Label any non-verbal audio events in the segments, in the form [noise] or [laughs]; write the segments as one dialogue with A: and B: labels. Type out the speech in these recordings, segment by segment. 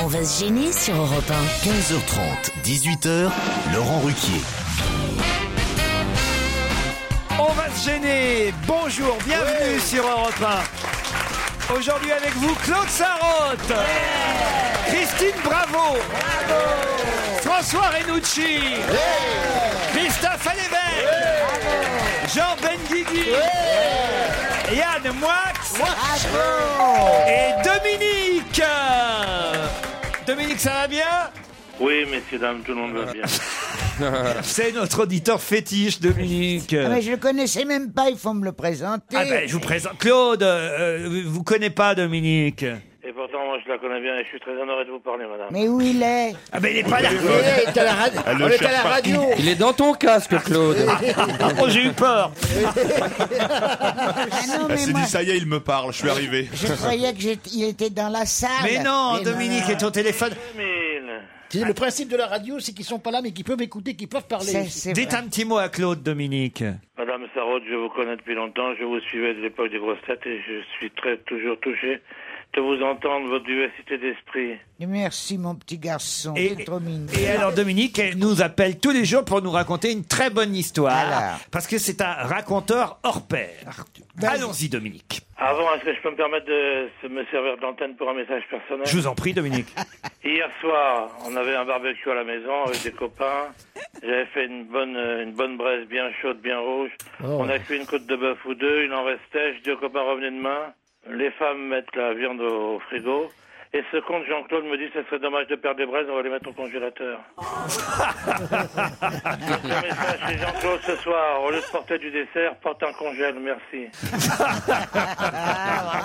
A: On va se gêner sur Europe 1.
B: 15h30, 18h, Laurent Ruquier.
C: On va se gêner. Bonjour, bienvenue sur Europe 1. Aujourd'hui avec vous, Claude Sarraute. Christine Bravo. François Renucci. Christophe Alévèque. Jean Benguigui. Yann Moix. Et Dominique. Dominique, ça va bien
D: Oui, messieurs, dames, tout le monde va bien.
C: C'est notre auditeur fétiche, Dominique.
E: Ah, mais je le connaissais même pas, il faut me le présenter.
C: Euh. Ah ben, je vous présente Claude. euh, euh, vous connaissez pas Dominique.
D: Et pourtant, moi, je la connais bien et je suis très honoré de vous parler, madame.
E: Mais où il est
C: Ah ben, il est pas là. Ah,
F: est à la radio. On est à la radio.
G: Il est dans ton casque, Claude.
C: [laughs] Oh, j'ai eu peur.
E: Ah non,
H: Elle
E: mais
H: s'est
E: moi,
H: dit, ça y est, il me parle, je suis arrivé.
E: je
H: [laughs]
E: croyais qu'il était dans la salle.
C: Mais non,
E: Mais
C: Dominique est au téléphone.
D: Mille.
F: C'est le principe de la radio, c'est qu'ils sont pas là, mais qu'ils peuvent écouter, qu'ils peuvent
E: C'est
F: parler.
E: c'est
C: Dites
E: vrai.
C: un petit mot à Claude, Dominique.
D: Madame Sarraute, je vous connais depuis longtemps, je vous suivais de l'époque des grosses têtes et je suis très toujours touché de vous entendre, votre diversité d'esprit.
E: Merci, mon petit garçon.
C: Et-
E: T'es trop mignon.
C: Et alors Dominique, elle nous appelle tous les jours pour nous raconter une très bonne histoire.
E: Alors.
C: Parce que c'est un raconteur hors pair. Allons-y Dominique.
D: Avant, est-ce que je peux me permettre de se- me servir d'antenne pour un message personnel
C: Je vous en prie Dominique.
D: Hier soir, on avait un barbecue à la maison avec des copains. J'avais fait une bonne, euh, une bonne braise bien chaude, bien rouge.
I: Ah
D: On a cuit une côte de bœuf ou deux, il en restait. Je dis aux copains, revenez demain. Les femmes mettent la viande au, au frigo. Et ce compte, Jean-Claude me dit, ce serait dommage de perdre des braises, on va les mettre au congélateur. C'est un message chez Jean-Claude ce soir. Au lieu de porter du dessert, porte un congèle, merci.
E: Ah,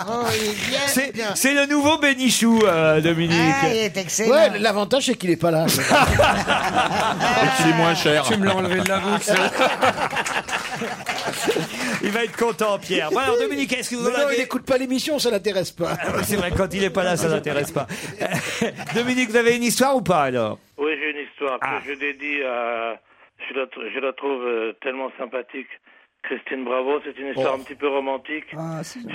E: bravo, il est bien.
C: C'est c'est le nouveau Bénichou euh, Dominique.
E: Ah, il est excellent.
F: Ouais, l'avantage c'est qu'il est pas là.
H: Et qu'il Ah, est moins cher.
G: Tu me l'as enlevé de la bouche.
C: [laughs] Il va être content [laughs] Pierre. Bon alors Dominique, est-ce que vous
F: Mais
C: en
F: non, il
C: avez... Ah,
F: n'écoute pas l'émission, ça l'intéresse pas.
C: [laughs] C'est vrai, quand il est pas là, ça n'intéresse pas. [laughs] Dominique, vous avez une histoire ou pas alors
D: Oui, j'ai une histoire que
C: Ah.
D: je dédie à. Je la, tr- je la trouve euh, tellement sympathique. Christine Bravo, c'est une histoire un petit peu romantique.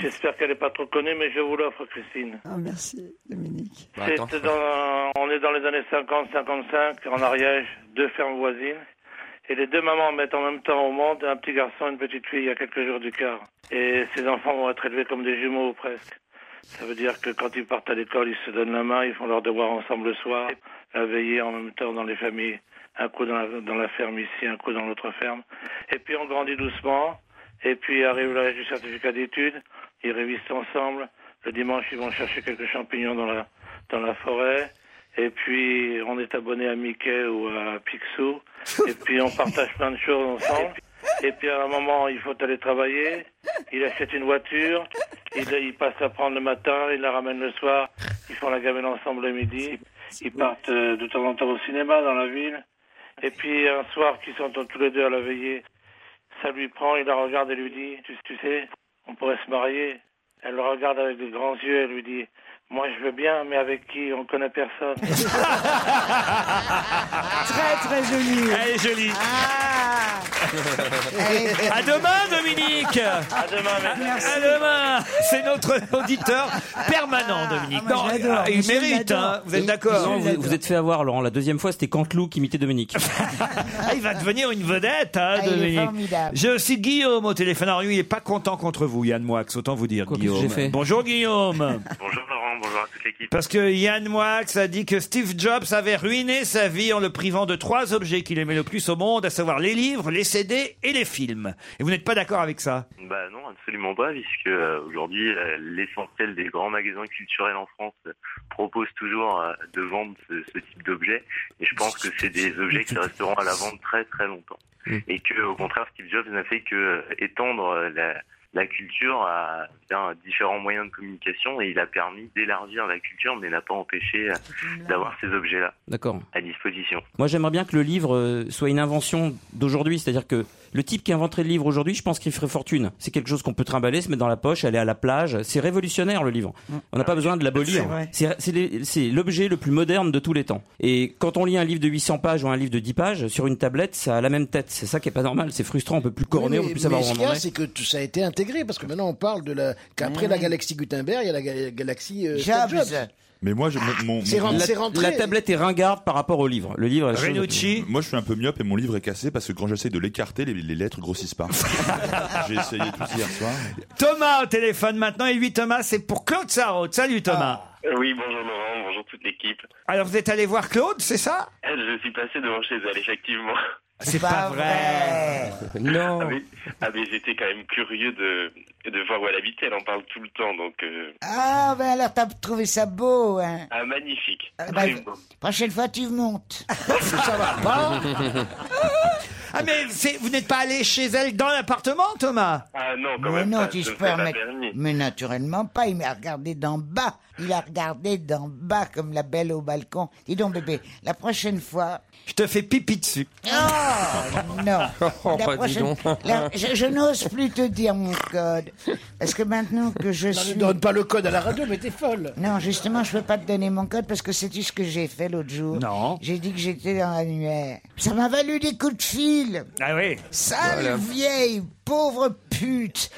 D: J'espère qu'elle n'est pas trop connue, mais je vous l'offre, Christine.
J: Ah, merci, Dominique.
G: Bah,
F: Bah,
D: C'est dans- on est dans les années 50-55, en Ariège, deux fermes voisines. Et les deux mamans mettent en même temps au monde un petit garçon et une petite fille il y a quelques jours du quart. Et ces enfants vont être élevés comme des jumeaux ou presque. Ça veut dire que quand ils partent à l'école, ils se donnent la main, ils font leurs devoirs ensemble le soir, la veillée en même temps dans les familles. Un coup dans la, dans la ferme ici, un coup dans l'autre ferme. Et puis on grandit doucement. Et puis arrive l'âge du certificat d'études. Ils révisent ensemble. Le dimanche, ils vont chercher quelques champignons dans la, dans la forêt. Et puis, on est abonné à Mickey ou à Picsou. Et puis, on partage plein de choses ensemble. Et puis, à un moment, il faut aller travailler. Il achète une voiture. Il, il passe la prendre le matin. Il la ramène le soir. Ils font la gamelle ensemble le midi. Ils partent euh, de temps en temps au cinéma dans la ville. Et puis, un soir, qu'ils sont tous les deux à la veillée, ça lui prend. Il la regarde et lui dit, tu, tu sais, on pourrait se marier. Elle le regarde avec des grands yeux et lui dit, moi je veux bien, mais avec qui On
F: [laughs]
D: connaît personne.
J: Très, très joli.
C: Elle est jolie.
E: Ah.
C: [laughs] À demain Dominique.
D: À demain, mesdames.
C: À demain C'est notre auditeur permanent, Dominique.
J: Ah, moi,
G: Ah,
J: je
F: ah,
J: l'adore.
C: il
J: Monsieur, je
C: mérite,
J: l'adore.
C: hein. vous êtes
G: Non,
C: d'accord
G: vous, vous êtes fait avoir, Laurent. La deuxième fois, c'était Canteloup qui imitait
F: [laughs]
G: Dominique.
C: Ah, Il va devenir une vedette, hein,
E: Ah, il est
C: Dominique.
E: formidable.
C: J'ai aussi Guillaume au téléphone. Alors lui, il est pas content contre vous, Yann Moix, autant vous dire,
G: Quoi, qu'est-ce que
C: Guillaume.
G: j'ai fait
C: Bonjour Guillaume
D: Bonjour Laurent, bonjour à toute l'équipe.
C: Parce que Yann Moix a dit que Steve Jobs avait ruiné sa vie en le privant de trois objets qu'il aimait le plus au monde, à savoir les livres, les CD et les films. Et vous n'êtes pas d'accord avec ça
K: Bah non, absolument pas, puisque euh, aujourd'hui euh, l'essentiel des grands magasins culturels en France euh, propose toujours euh, de vendre ce, ce type d'objets, et je pense que c'est des objets qui resteront à la vente très très longtemps, et que au contraire Steve Jobs n'a fait que euh, étendre euh, la, la culture à bien, différents moyens de communication, et il a permis d'élargir la culture, mais n'a pas empêché euh, d'avoir ces objets-là
G: D'accord.
K: à disposition.
G: Moi, j'aimerais bien que le livre euh, soit une invention d'aujourd'hui. C'est-à-dire que le type qui inventerait le livre aujourd'hui, je pense qu'il ferait fortune. C'est quelque chose qu'on peut trimballer, se mettre dans la poche, aller à la plage. C'est révolutionnaire, le livre.
F: Mm.
G: On
F: Ah,
G: n'a pas besoin de l'abolir. C'est- C'est les- c'est l'objet le plus moderne de tous les temps. Et quand on lit un livre de 800 pages ou un livre de 10 pages, sur une tablette, ça a la même tête. C'est ça qui est pas normal. C'est frustrant. On peut plus corner, on
F: Oui,
G: peut plus
F: mais
G: savoir où
F: ce
G: on
F: qu'il y
G: en
F: a,
G: est.
F: c'est que tout ça a été intégré, parce que maintenant on parle de la. qu'après
E: Mm.
F: la galaxie Gutenberg, il y a la ga- galaxie euh, Steve
G: Jobs.
F: Jobs.
H: Mais moi, je, mon- mon,
F: C'est
H: mon-
F: rentré-
H: mon-
F: c'est rentré.
G: La tablette est ringarde par rapport au livre. Le livre. est la chose-
H: Moi, je suis un peu myope et mon livre est cassé parce que quand j'essaie de l'écarter, les, les lettres grossissent
C: [laughs]
H: pas. J'ai essayé tout hier soir.
C: Thomas au téléphone maintenant, et lui Thomas, c'est pour Claude Sarraute. Salut Thomas.
I: Ah.
K: Euh, Oui, bonjour Laurent, bonjour toute l'équipe.
C: Alors vous êtes allé voir Claude, c'est ça
K: Eh, Je suis passé devant chez elle, effectivement.
C: C'est pas, vrai.
G: Non.
K: Ah, mais, ah, mais j'étais quand même curieux de, de voir où elle habitait, elle en parle tout le temps, donc... euh,
E: Ah, ben alors t'as trouvé ça beau, hein.
K: ah, magnifique.
E: Ah,
K: Très
E: ben,
K: beau.
E: prochaine fois, tu
C: [laughs]
E: montes.
F: Ça va pas.
C: Ah mais c'est- vous n'êtes pas allé chez elle dans l'appartement Thomas
K: Ah non, quand
E: Mais
K: même
E: non,
K: pas,
E: tu
K: je
E: se
K: ne serais pas
E: permets.
K: permis.
E: Mais naturellement pas, il m'a regardé d'en bas. Il a regardé d'en bas comme la belle au balcon. Dis donc, bébé, la prochaine fois.
C: Je te fais pipi dessus.
E: Oh non La
L: bah, dis
E: prochaine-
L: donc.
E: la- Je, je n'ose plus te dire mon code. Parce que maintenant que je
F: Non, ne
E: suis.
F: donne pas le code à la radio, mais t'es folle.
E: Non, justement, je peux pas te donner mon code parce que sais-tu ce que j'ai fait l'autre jour
C: Non.
E: J'ai dit que j'étais dans l'annuaire. Ça m'a valu des coups de fil.
C: Ah oui.
E: Sale vieille, pauvre pute.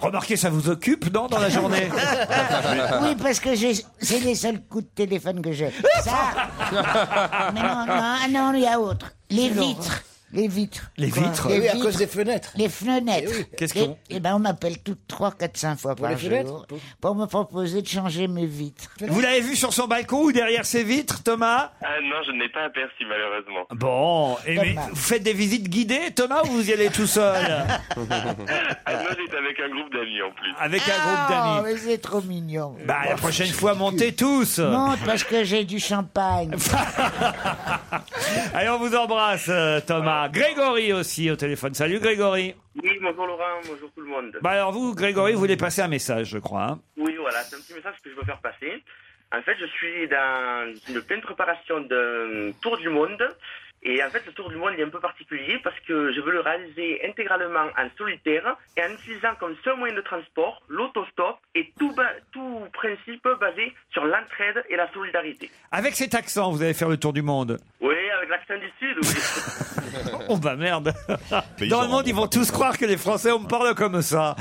C: Remarquez, ça vous occupe, non, dans la journée [laughs]
E: Oui, parce que j'ai- c'est les seuls coups de téléphone que j'ai. Ça. Mais non, non, ah non, il y a autre. Les vitres. Les vitres.
C: Les vitres
F: Et
E: Les
F: oui, à
E: vitres.
F: cause des fenêtres.
E: Les fenêtres.
C: Qu'est-ce
E: Et-
C: qu'on-
E: Eh ben, on m'appelle toutes trois, quatre, cinq fois par
F: les fenêtres
E: jour pour me proposer de changer mes vitres.
C: Vous l'avez vu sur son balcon ou derrière ses vitres, Thomas
K: Ah non, je ne l'ai pas aperçu, malheureusement.
C: Bon, et mais
E: Thomas.
C: vous faites des visites guidées, Thomas, ou vous y allez
E: [laughs]
C: tout seul
K: Ah non, j'étais avec un groupe d'amis, en plus.
C: Avec un groupe
E: Ah, Oh,
C: d'amis
E: mais c'est trop mignon.
C: Bah, la prochaine fois, montez tous
E: Monte parce que j'ai du champagne.
C: Allez, on vous embrasse, euh, Thomas. Grégory aussi au téléphone. Salut, Grégory.
K: [laughs] Oui, bonjour Laurent, bonjour tout le monde.
C: Bah, alors vous, Grégory, vous voulez passer un message, je crois. hein.
K: Oui, voilà, c'est un petit message que je veux faire passer. En fait, je suis dans une pleine préparation d'un tour du monde. Et en fait, le tour du monde est un peu particulier parce que je veux le réaliser intégralement en solitaire et en utilisant comme seul moyen de transport l'autostop et tout, ba- tout principe basé sur l'entraide et la solidarité.
C: Avec cet accent, vous allez faire le tour du monde.
K: Oui, avec l'accent du Sud, oui.
C: [laughs]
K: [laughs]
C: Oh, bah merde
H: Mais ils
C: Dans
H: en
C: le monde,
H: rendent
C: ils vont
H: pas
C: tous croire que les Français, on me parle comme ça.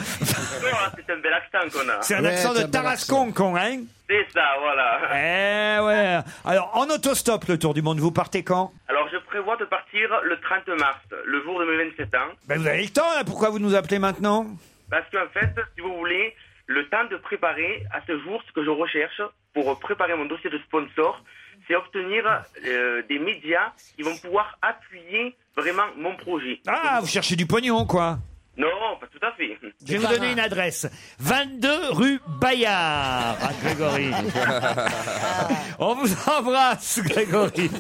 K: Voilà, c'est un bel accent qu'on a.
C: C'est un
F: Ouais,
C: accent de
F: t'as un bel
C: Tarascon, con, hein
K: C'est ça,
C: [laughs]
K: voilà.
C: Eh ouais. Alors, en autostop, le tour du monde, vous partez quand
K: Alors, je prévois de partir le 30 mars, le jour de mes 27 ans.
C: Ben, vous avez le temps, là. Pourquoi vous nous appelez maintenant
K: Parce qu'en fait, si vous voulez, le temps de préparer à ce jour ce que je recherche pour préparer mon dossier de sponsor, c'est obtenir euh, des médias qui vont pouvoir appuyer vraiment mon projet.
C: Ah, vous cherchez du pognon, quoi.
K: Non, pas tout à fait.
C: Je vais vous donner une adresse. 22 rue Bayard, à Grégory. On vous embrasse, Grégory.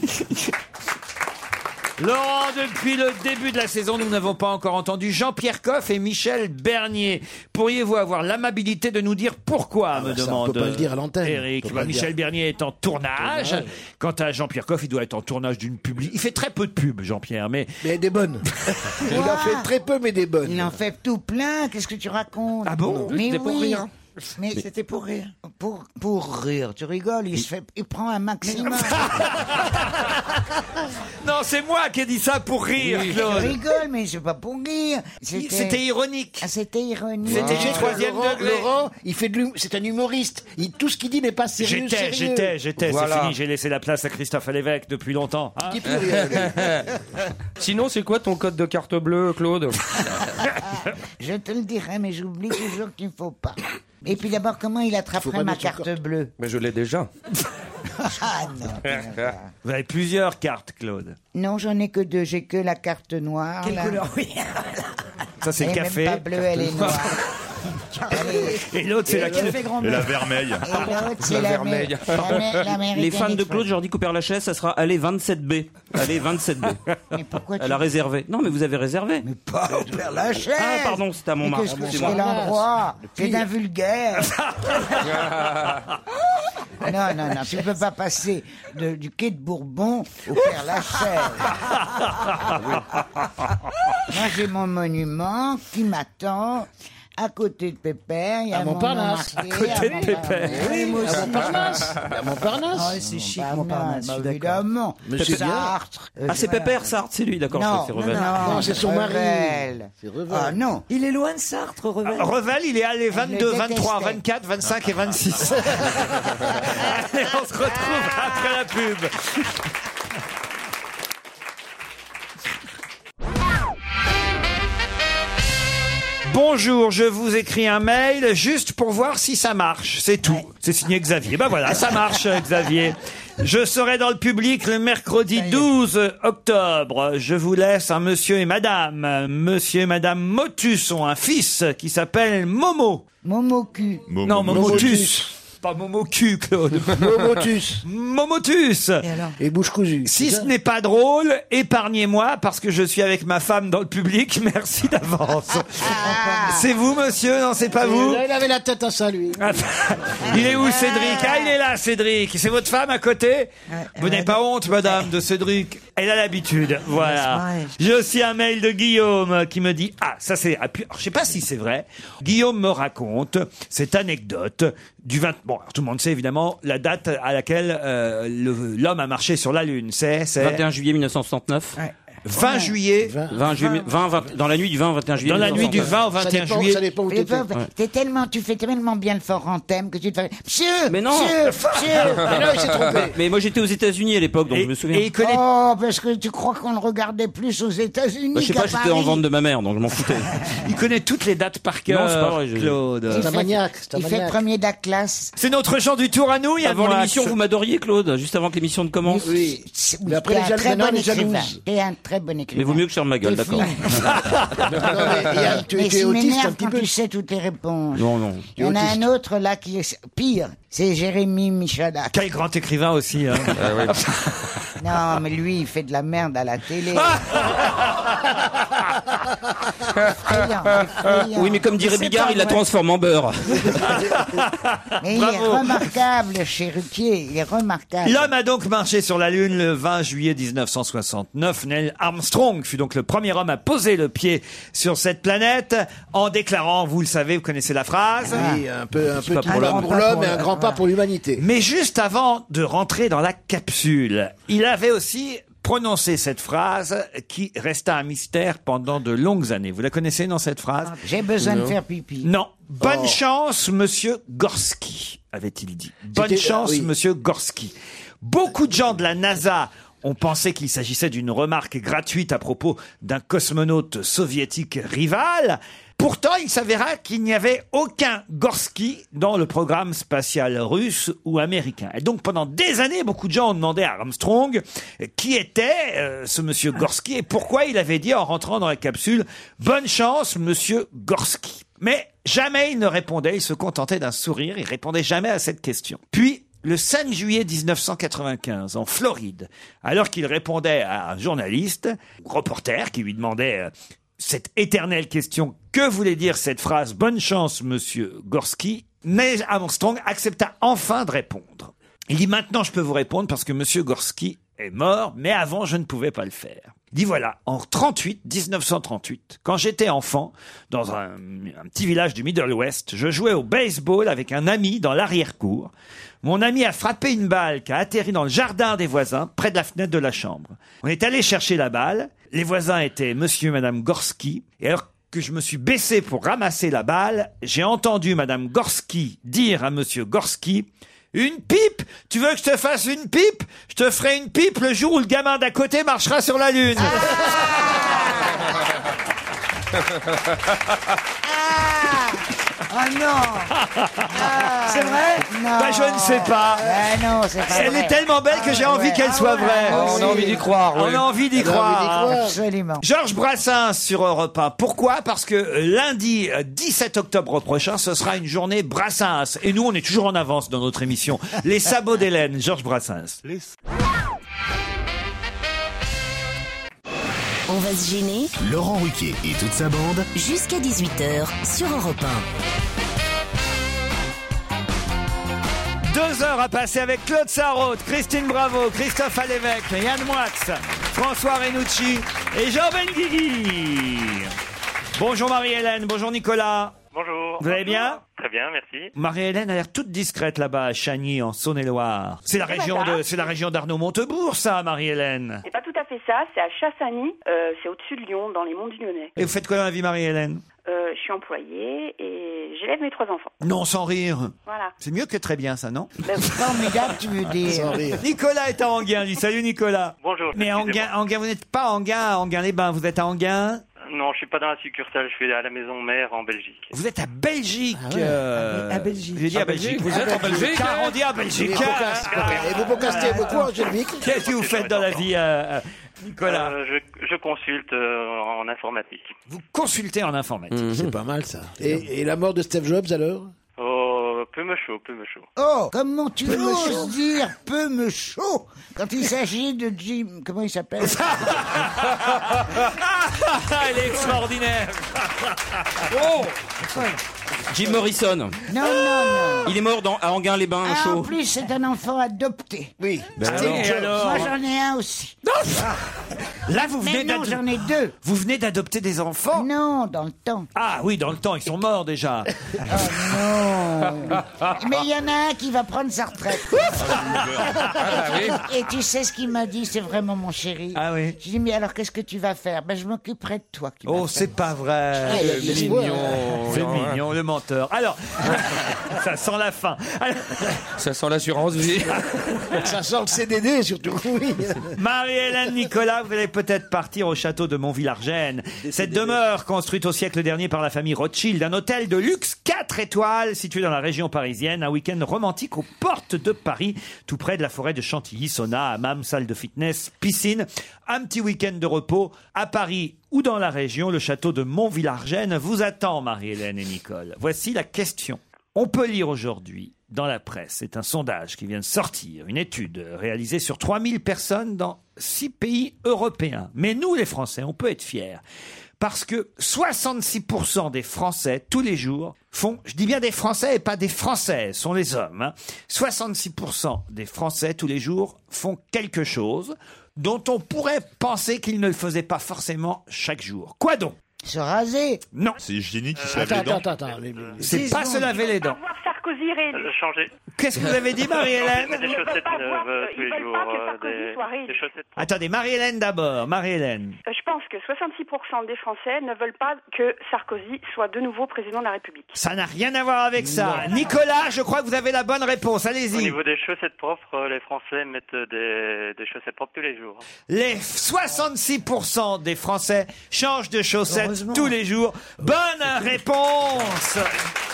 C: Laurent, depuis le début de la saison, nous n'avons pas encore entendu Jean-Pierre Coff et Michel Bernier. Pourriez-vous avoir l'amabilité de nous dire pourquoi, me
F: bah ça, on
C: demande
F: peut pas le dire à l'antenne.
C: Eric,
F: On peut
C: Bah,
F: pas le
C: Michel Bernier est en tournage.
F: Tournage.
C: Quant à Jean-Pierre Coff, il doit être en tournage d'une publi. Il fait très peu de pubs, Jean-Pierre, mais
F: Mais des
C: [laughs]
F: bonnes. Il en fait très peu, mais des bonnes.
E: Il en fait tout plein, qu'est-ce que tu racontes
C: Ah bon
E: Mais
L: C'était
E: oui.
L: pour rien.
E: Mais c'était pour rire. Pour, pour rire, tu rigoles, il, se fait, il prend un maximum.
C: [laughs] non, c'est moi qui ai dit ça pour rire,
E: Tu
C: Claude.
E: rigoles, mais c'est pas pour rire.
C: C'était ironique.
E: Ah, c'était ironique.
C: C'était
F: J'ai
C: juste troisième
F: Laurent,
C: degré.
F: Laurent, il fait de l'hum- c'est un humoriste. Il, tout ce qu'il dit n'est pas sérieux.
C: J'étais,
F: sérieux.
C: j'étais, j'étais, c'est
L: Voilà.
C: fini, j'ai laissé la place à Christophe Lévesque depuis longtemps. hein.
F: Il dit plus
C: [laughs]
F: rien, lui.
L: [laughs] Sinon, c'est quoi ton code de carte bleue,
C: [laughs]
L: Claude
E: Je te le dirai, mais j'oublie toujours qu'il ne faut pas. Et puis d'abord, comment il attraperait ma carte bleue
L: Mais je l'ai déjà.
E: Ah non
C: [laughs] Vous avez plusieurs cartes, Claude.
E: Non, j'en ai que deux, j'ai que la carte noire. Quelle couleur
C: Ça, c'est
E: Elle
C: le
E: est
C: café.
E: même pas bleue, elle est noire. Elle est-
C: Et l'autre, c'est la
H: Et la vermeille.
E: Et l'autre, c'est
L: La
E: Ah, la
L: vermeille.
G: Les fans de Claude, je leur dis couper la chaise, ça sera allée 27B. Allez 27B.
E: [laughs] Mais pourquoi tu
G: Elle a réservé. Non, mais vous avez réservé.
E: pas au Père Lachaise
G: Ah, pardon, c'était à
E: Mais
G: Montmartre,
E: Qu'est-ce que
G: excusez-moi.
E: c'est l'endroit C'est d'un vulgaire.
C: Bah
E: non, non, non, tu peux pas passer de- du quai de Bourbon au Père Lachaise.
M: [laughs]
J: Ah
E: Moi, j'ai mon monument qui m'attend à côté de Pépère, il y a
F: À Montparnasse.
E: Montmartre,
F: À côté de Pépère.
E: Oui, moi
F: À
E: aussi.
F: Montparnasse.
E: [laughs]
F: À Montparnasse.
E: Ah ouais, c'est chic, Montparnasse. Évidemment.
G: Mais c'est bien.
E: Sartre. euh,
G: Ah, c'est
E: voilà.
G: Pépère Sartre, c'est lui, d'accord, je crois que c'est
E: Non,
G: Revel.
E: non,
F: Non, c'est son mari.
E: Revel.
F: C'est Revel.
E: Ah non.
C: Il est loin de Sartre, Revel.
M: [laughs]
C: Ah, Revel, il est allé
E: Je le
C: 22, 23,
E: détestais.
C: 24, 25 et [laughs] 26. Allez, on se retrouve après la pub. Bonjour, je vous écris un mail juste pour voir si ça marche. C'est tout. C'est signé Xavier. Ben voilà,
E: [laughs]
C: ça marche, Xavier. Je serai dans le public le mercredi 12 octobre. Je vous laisse un monsieur et madame. Monsieur et madame Motus ont un fils qui s'appelle Momo.
E: Momo cul.
C: Non, Momotus. Pas Momo cul, Claude. [laughs]
J: [laughs]
F: Momotus.
C: Momotus. Et
F: bouche cousue.
C: Si ce n'est pas drôle, épargnez-moi parce que je suis avec ma femme dans le public. [laughs] Merci d'avance. C'est vous, monsieur Non, c'est pas vous
F: Il avait la tête à ça, [laughs] lui.
C: Il est où, Cédric Ah, il est là, Cédric. C'est votre femme à côté Vous n'avez pas honte, madame, de Cédric Elle a l'habitude. Voilà.
N: Ouais.
C: J'ai aussi un mail de Guillaume qui me dit Ah, ça c'est. ah, puis, alors, Je sais pas si c'est vrai. Guillaume me raconte cette anecdote du 20. Bon, alors, tout le monde sait évidemment la date à laquelle euh, le- l'homme a marché sur la Lune. C'est. c'est-
G: 21 juillet 1969.
C: 20 juillet.
G: 20 juillet. 20, 20, dans la nuit du 20 au 21 juillet.
C: Dans la nuit du
G: Ah,
C: 20 au 21
E: Ça dépend-
C: juillet.
E: ça dépend où
G: Ouais.
E: t'es fait. T'es tellement, tu fais tellement bien le fort en thème que tu te fais. Monsieur! Mais
G: non.
E: Monsieur! monsieur
G: Mais moi j'étais aux États-Unis à l'époque, donc je me souviens.
E: Oh, parce que tu crois qu'on le regardait plus aux États-Unis
G: Bah, je sais
E: qu'à
G: pas, j'étais en
E: Paris.
G: vente de ma mère, donc je m'en foutais.
C: [laughs] Il connaît toutes les dates par cœur.
G: Non, c'est pas vrai, je-
C: Claude.
E: Il fait- Il fait
G: maniaque.
E: premier de la classe.
C: C'est notre Jean du Tour à nous. il y a
G: Avant
C: Moix.
G: l'émission, vous m'adoriez, Claude, juste avant que l'émission ne commence.
E: Oui.
F: Mais après,
E: T'es
F: les
E: un
F: jaloux-
E: très
F: maintenant,
E: bon
F: les
E: écrivain.
F: jalouses.
E: T'es un très bon écrivain.
G: Mais vaut mieux que je ferme ma gueule,
E: Des
G: d'accord.
F: il y a- tu-
E: mais
F: tu es
E: tu
F: autiste
E: m'énerves
F: un petit
E: quand
F: peu.
E: tu sais toutes les réponses.
G: Non, non.
E: Il y en a un autre là qui est pire, c'est Jérémy Michalak.
C: Quel grand écrivain aussi. hein. [laughs]
E: Non, mais lui, il fait de la merde à la télé.
F: Ah [laughs]
E: Effrayant, effrayant.
G: Oui, mais comme dirait
E: Je sais
G: Bigard,
E: pas,
G: il la
E: moi.
G: transforme en beurre.
E: Mais il est
C: Bravo.
E: remarquable chez Ruquier, il est remarquable.
C: L'homme a donc marché sur la Lune le 20 juillet 1969. Neil Armstrong fut donc le premier homme à poser le pied sur cette planète en déclarant, vous le savez, vous connaissez la phrase.
F: Oui, un peu, un
C: petit
F: petit pas
C: Ah. pas pour l'homme. Ah.
F: pour l'homme et un grand pas pour l'humanité.
C: Mais juste avant de rentrer dans la capsule, il avait aussi prononcé cette phrase qui resta un mystère pendant de longues années. Vous la connaissez, non, cette phrase
E: Ah, J'ai besoin de faire pipi.
C: Non. Bonne
E: Oh.
C: chance, monsieur Gorski, avait-il dit. Bonne
E: C'était- euh,
C: chance,
E: oui.
C: monsieur Gorski. Beaucoup de gens de la NASA ont pensé qu'il s'agissait d'une remarque gratuite à propos d'un cosmonaute soviétique rival. Pourtant, il s'avéra qu'il n'y avait aucun Gorski dans le programme spatial russe ou américain. Et donc, pendant des années, beaucoup de gens ont demandé à Armstrong euh, qui était euh, ce monsieur Gorski et pourquoi il avait dit en rentrant dans la capsule Bonne chance, monsieur Gorski. Mais jamais il ne répondait, il se contentait d'un sourire, il répondait jamais à cette question. Puis, le 5 juillet 1995, en Floride, alors qu'il répondait à un journaliste, reporter, qui lui demandait euh, cette éternelle question que voulait dire cette phrase Bonne chance, monsieur Gorski mais Armstrong accepta enfin de répondre. Il dit maintenant je peux vous répondre parce que monsieur Gorski est mort, mais avant je ne pouvais pas le faire. Il dit voilà, en 38, 1938, quand j'étais enfant, dans un, un petit village du Middle West, je jouais au baseball avec un ami dans l'arrière-cour. Mon ami a frappé une balle qui a atterri dans le jardin des voisins, près de la fenêtre de la chambre. On est allé chercher la balle. Les voisins étaient monsieur et madame Gorski. Et alors que je me suis baissé pour ramasser la balle, j'ai entendu madame Gorski dire à monsieur Gorski une pipe Tu veux que je te fasse une pipe Je te ferai une pipe le jour où le gamin d'à côté marchera sur la lune.
L: Ah.
E: Oh
C: [laughs]
E: non
C: C'est vrai
E: Non
C: Bah, je ne sais pas.
E: Ah non, c'est pas
C: Elle
E: vrai.
C: est tellement belle que j'ai envie qu'elle soit vraie.
L: Ah, on a envie d'y croire,
C: On
L: oui.
C: a envie d'y
L: On a envie d'y
C: croire.
L: croire.
E: Absolument.
C: Georges Brassens sur Europe 1. Pourquoi Parce que lundi euh, 17 octobre prochain, ce sera une journée Brassens. Et nous, on est toujours en avance dans notre émission. Les sabots d'Hélène, Georges Brassens.
A: On va se gêner
B: Laurent Ruquier et toute sa bande.
A: jusqu'à 18h sur Europe
L: Ah,
C: Deux heures à passer avec Claude Sarraute, Christine Bravo, Christophe Alévèque, Yann Moix, François Renucci et Jean Benguigui. Bonjour Marie-Hélène, bonjour Nicolas.
D: Bonjour.
C: Vous allez bien
D: Très bien, merci.
C: Marie-Hélène a l'air toute discrète là-bas à Chagny, en Saône-et-Loire. C'est la
N: Eh ben,
C: région
N: ça.
C: de, c'est la région d'Arnaud-Montebourg, ça, Marie-Hélène.
N: C'est pas tout à fait ça, c'est à Chassagny, euh, c'est au-dessus de Lyon, dans les monts du Lyonnais.
C: Et vous faites quoi dans la vie, Marie-Hélène
N: Euh, je suis employée et j'élève mes trois
C: [laughs]
N: enfants. Ben
C: Non, sans rire.
N: Voilà.
C: C'est mieux que très bien, ça, non
E: Formidable, tu veux dire. Sans rire.
C: Nicolas est à Anguin, dit salut Nicolas.
I: Bonjour,
C: Mais Anguin, Anguin, vous n'êtes pas à Anguin, à Anguin-les-Bains, vous êtes à Anguin.
I: Non, je suis pas dans la succursale, je suis à la maison mère en Belgique.
C: Vous êtes à Belgique.
I: Ah ouais,
C: euh,
I: à Be- à Belgique.
C: J'ai dit
I: À
C: à Belgique.
I: Belgique, vous êtes en Belgique,
C: Car on dit à
I: hein
C: Belgique.
I: Et vous podcastez-
C: Ah,
I: et vous podcastez
C: ah,
I: beaucoup,
C: attends.
I: Angélique
C: Qu'est-ce que vous faites dans la vie,
I: [laughs]
C: euh, euh, Nicolas
I: Euh, je, je consulte euh, en informatique.
C: Vous consultez en informatique.
F: Mhm. C'est pas mal ça. Et, et la mort de Steve Jobs alors
I: Oh, peu me chaud, peu me chaud.
E: Oh, comment tu
I: Peu me chaud.
E: oses dire peu me chaud quand il s'agit de Jim. Comment il
C: [laughs]
E: s'appelle
G: Elle est extraordinaire. Oh Jim Morrison. Non,
E: non, non.
G: Il est mort dans, à Anguin-les-Bains, un
E: Ah,
C: Oh.
E: en
G: show.
E: plus, c'est un enfant adopté. Oui.
G: Ben alors. Et alors
E: Moi, j'en ai un aussi.
C: Là, vous
E: Mais
C: venez
E: non,
C: d'ado-
E: j'en ai deux.
C: Vous venez d'adopter des enfants
E: Non, dans le temps.
C: Ah oui, dans le temps, ils sont morts déjà.
I: Ah
C: Ah.
E: Mais il y en a un qui va prendre sa
C: [laughs]
E: retraite.
C: Ah,
E: Et tu sais ce qu'il m'a dit, c'est vraiment mon chéri.
C: bah Ah oui.
E: Je dis mais alors qu'est-ce que tu vas faire Ben je m'occuperai de toi. qui
C: Oh, c'est pas vrai.
E: Eh, il y a des
L: histoires.
C: C'est
L: Non, hein.
C: mignon, le
L: [laughs]
C: menteur. Alors, ça sent la fin. Alors,
L: Ça sent l'assurance
C: [laughs]
L: vie.
F: [laughs] Ça sent le CDD surtout. Oui.
C: Marie-Hélène Nicolas, vous allez peut-être partir au château de Montvillargennes. Cette demeure, construite au siècle dernier par la famille Rothschild, un hôtel de luxe 4 étoiles situé dans la région parisienne, un week-end romantique aux portes de Paris, tout près de la forêt de Chantilly, sauna, hammam, salle de fitness, piscine. Un petit week-end de repos à Paris ou dans la région, le château de Montvillargennes vous attend, Marie-Hélène et Nicole. Voici la question. On peut lire aujourd'hui dans la presse, c'est un sondage qui vient de sortir, une étude réalisée sur 3000 personnes dans 6 pays européens. Mais nous, les Français, on peut être fiers. Parce que 66% des Français, tous les jours, font, je dis bien des Français et pas des Français, ce sont les hommes, hein. 66% des Français, tous les jours, font quelque chose dont on pourrait penser qu'ils ne le faisaient pas forcément chaque jour. Quoi donc
E: Se raser
C: Non.
H: C'est hygiénique qui se lave
F: Attends,
H: les dents.
F: attends, attends.
C: C'est pas se laver les dents.
N: Sarkozy réélu.
I: changer.
C: Qu'est-ce que vous avez dit, Marie-Hélène
I: Des chaussettes neuves euh, tous les jours. euh,
N: Sarkozy
I: des-
N: soit réélu.
I: des chaussettes.
C: Attendez, Marie-Hélène d'abord. Marie-Hélène.
N: Euh, Je pense que 66% des Français ne veulent pas que Sarkozy soit de nouveau président de la République.
C: Ça n'a rien à voir avec ça. Nicolas, je crois que vous avez la bonne réponse.
I: Au
C: Allez-y.
I: niveau des chaussettes propres, euh, les Français mettent des, des chaussettes propres tous les jours.
C: Les 66% des Français changent de chaussettes tous les jours. Bonne réponse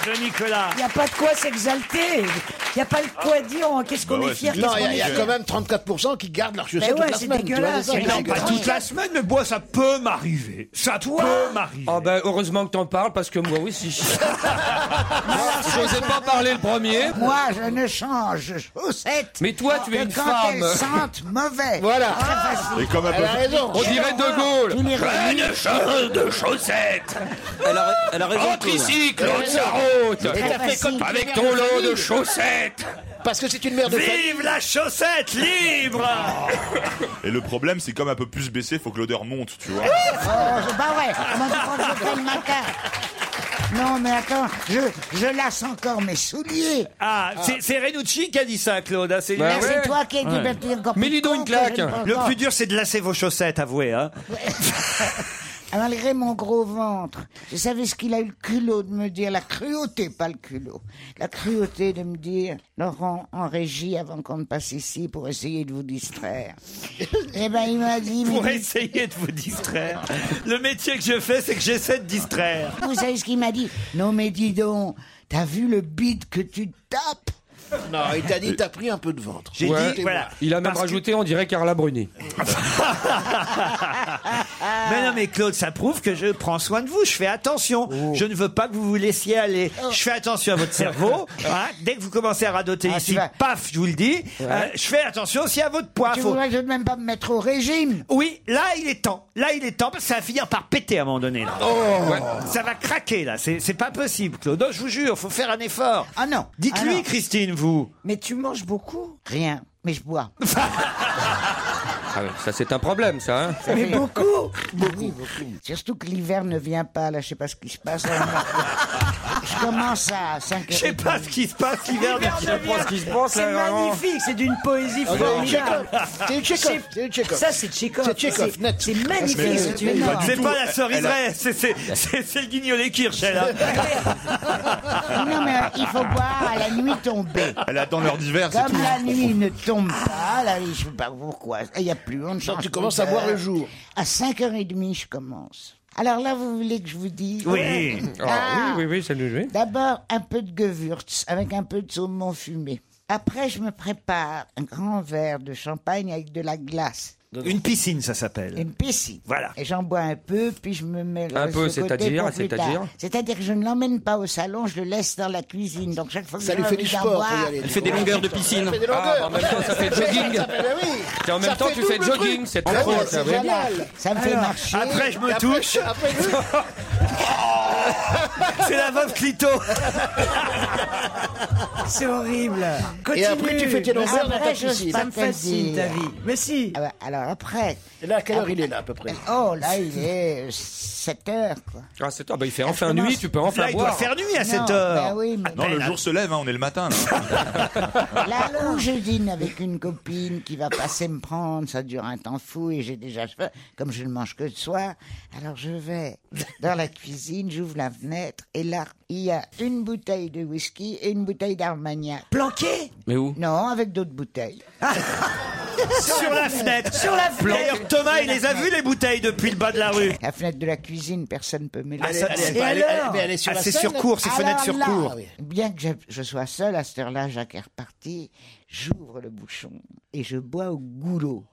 C: de Nicolas.
J: Il n'y a pas de quoi s'exalter. Il n'y a pas de quoi dire oh, qu'est-ce
G: Bah
J: qu'on est fier, qu'est-ce
F: Non,
J: qu'on
F: il y a- il y,
J: est
F: a
J: fier.
F: quand même 34% qui gardent leurs
J: Mais
F: chaussettes
J: ouais,
F: toute la
J: c'est
F: semaine. tu vois,
J: dégueulasse,
F: ça,
J: c'est
F: c'est
C: Non, pas
F: dégueulasse.
C: toute la semaine, mais moi, ça peut m'arriver.
F: Ah
C: Ça peut m'arriver.
L: Oh ben, heureusement que t'en parles parce que moi
C: [laughs]
L: aussi. Je n'osais pas parler le premier.
E: Moi, je ne change chaussettes.
L: Mais toi, tu es
E: que
L: une
E: quand
L: femme.
E: Elles sentent mauvais.
F: Voilà.
E: Très facile.
H: Et comme un peu-
F: Elle a raison.
L: On dirait De Gaulle.
E: Tous les réunis.
H: chose de chaussettes
G: Elle a, elle a raison.
H: Entre
G: Claude.
H: ici, Claude
L: Sarraute.
F: Et t'as fait comme
H: Avec
F: tu
H: ton
F: mères
H: lot de
F: famille.
H: chaussettes
F: Parce que c'est une mère de famille.
C: Vive la chaussette libre
H: Et le problème, c'est comme un peu plus baissé, faut que l'odeur monte, tu vois.
E: Oh, c'est pas vrai. Comment tu crois que je fais le matin Non, mais attends, je, je lasse encore mes souliers.
C: Ah, c'est- c'est Renucci qui a dit ça, Claude. hein, C'est
L: Bah
E: Mais
L: ouais.
E: c'est toi qui es
C: Ouais.
E: du encore plus
L: Mets-lui donc
E: con
L: une
E: que je
L: claque.
E: ne pense
C: Le
E: pas.
C: plus dur, c'est de lasser vos chaussettes, avouez. Hein.
E: Malgré mon gros ventre, je savais ce qu'il a eu le culot de me dire, la cruauté, pas le culot, la cruauté de me dire, Laurent, en régie avant qu'on ne passe ici pour essayer de vous [laughs] distraire. Eh ben, il m'a dit,
C: Pour
E: mais-
C: essayer de vous distraire. Le métier que je fais, c'est que j'essaie de distraire.
E: vous savez ce qu'il m'a dit? Non, mais dis donc, t'as vu le bide que tu tapes?
F: Non, il t'a dit, t'as pris un peu de ventre.
C: J'ai
L: Ouais.
C: dit, voilà.
L: Il a même
C: Parce que-
L: rajouté, on dirait Carla Bruni.
C: [laughs] Mais non, mais Claude, ça prouve que je prends soin de vous. Je fais attention.
L: Oh.
C: Je ne veux pas que vous vous laissiez aller. Je fais attention à
L: [laughs]
C: votre cerveau. hein. Dès que vous commencez à radoter
E: Ah,
C: ici,
E: tu vas-
C: paf, je vous le dis. Euh, je fais attention aussi à votre poids.
E: Tu
C: Faut-
E: voudrais que je ne même pas me mettre au régime?
C: Oui, là, Ah, il est temps. Là, il est temps parce que ça va finir par péter à un moment donné. là. Ça va craquer, là. C'est c'est pas possible, Claude. Non, je vous jure, faut faire un effort.
E: Ah non!
C: Dites-lui,
E: Ah non.
C: Christine, vous.
J: Mais tu manges beaucoup.
E: Rien, mais je [laughs] bois.
L: Ah, ça, c'est un problème, ça. hein.
J: Mais
E: [laughs]
J: beaucoup.
E: Surtout que l'hiver ne vient pas, là, je sais pas ce qui se passe. Comment ça, 5
C: Je sais pas ce qui se passe l'hiver
E: L'hiver
C: dernier.
E: de Je sais pas ce qui se passe,
J: C'est
E: là, vraiment.
J: magnifique, c'est d'une poésie
E: Ah, c'est
J: formidable.
E: Tchekhov. C'est Tchekhov, c'est Tchekhov.
J: Ça, c'est Tchekhov.
E: C'est Tchekhov,
J: C'est-
E: net.
J: C'est magnifique
C: Mais-
J: ce
C: mais
J: tueur.
C: C'est pas la ceriseraie, c'est c'est- c'est- c'est le guignolet Kirsch, elle.
E: Non, mais euh, il faut boire à la nuit tombée.
H: Elle attend l'heure d'hiver, c'est tout.
E: Comme la nuit ne tombe pas, là, je sais pas pourquoi. Il n'y a plus, on ne change
F: tu commences à
E: d'heure.
F: boire le jour.
E: À 5h30, je commence. Alors là, vous voulez que je vous dise Ah.
L: oui, oui, ça nous jouait.
E: D'abord, un peu de gewürz avec un peu de saumon fumé. Après, je me prépare un grand verre de champagne avec de la glace.
C: [laughs] Une piscine, ça s'appelle.
E: Une piscine.
C: Voilà.
E: Et j'en bois un peu, puis je me mets le
C: Un
E: reste
C: peu,
E: de côté
C: c'est-à-dire,
E: pour plus tard.
C: c'est-à-dire
E: C'est-à-dire que je ne l'emmène pas au salon, je le laisse dans la cuisine. Donc chaque fois que
F: Ça
E: j'ai
F: lui fait
E: envie
F: du
E: d'en
F: sport pour y
E: boire-
F: aller.
G: Elle fait des longueurs de piscine.
F: des longueurs.
L: Ah, bah, en même temps,
F: [laughs]
L: ça fait jogging.
F: Ça fait- bah oui.
L: Et en même
F: Ça
L: temps,
F: fait
L: tu fais
F: double
L: jogging,
F: truc.
L: c'est
F: Ah
L: trop
F: ouais,
L: drôle,
F: c'est
L: ça, oui.
F: génial.
E: Ça me fait
F: Alors,
E: marcher.
C: Après, je me
F: Après,
C: touche.
F: après, oui.
C: [laughs] C'est la veuve Clito.
J: C'est horrible. Continue.
F: Et après, tu fais tes
J: Mais
F: longueurs
J: ça-
F: dans ta
J: après, je-
F: piscine.
J: Ça me fascine ta vie. Mais si.
E: Ah bah, Alors après.
F: Et là, à quelle heure il est là, à peu près
E: Oh, là, il est 7 heures, quoi.
L: Ah, c'est toi. Bah, il fait enfin nuit, tu peux enfin
C: Là, il
L: boire.
C: doit faire nuit à
E: Non,
C: 7 heures.
E: bah oui, mais-
H: Non, le jour se lève, hein, on est le matin. Là.
E: Là où je dîne avec une copine qui va passer me prendre, ça dure un temps fou et j'ai déjà faim. Comme je ne mange que le soir, alors je vais dans la cuisine, j'ouvre la fenêtre et là, il y a une bouteille de whisky et une bouteille d'armagnac.
J: Planqué
G: Mais où
E: Non, avec d'autres bouteilles.
C: Sur la fenêtre.
J: Sur la fenêtre.
C: D'ailleurs, Thomas, il les a vues, les bouteilles, depuis le bas de la rue.
E: La fenêtre de la cuisine, personne ne peut me
C: Ah,
E: la
C: ça, c'est-
F: Elle est- elle est- mais elle est
C: Ah,
F: la
C: c'est
F: scène.
C: sur cours, c'est fenêtre sur
E: là,
C: cours.
E: Bien que je, je sois seul à cette heure-là, Jacques est reparti. J'ouvre le bouchon et je bois au goulot,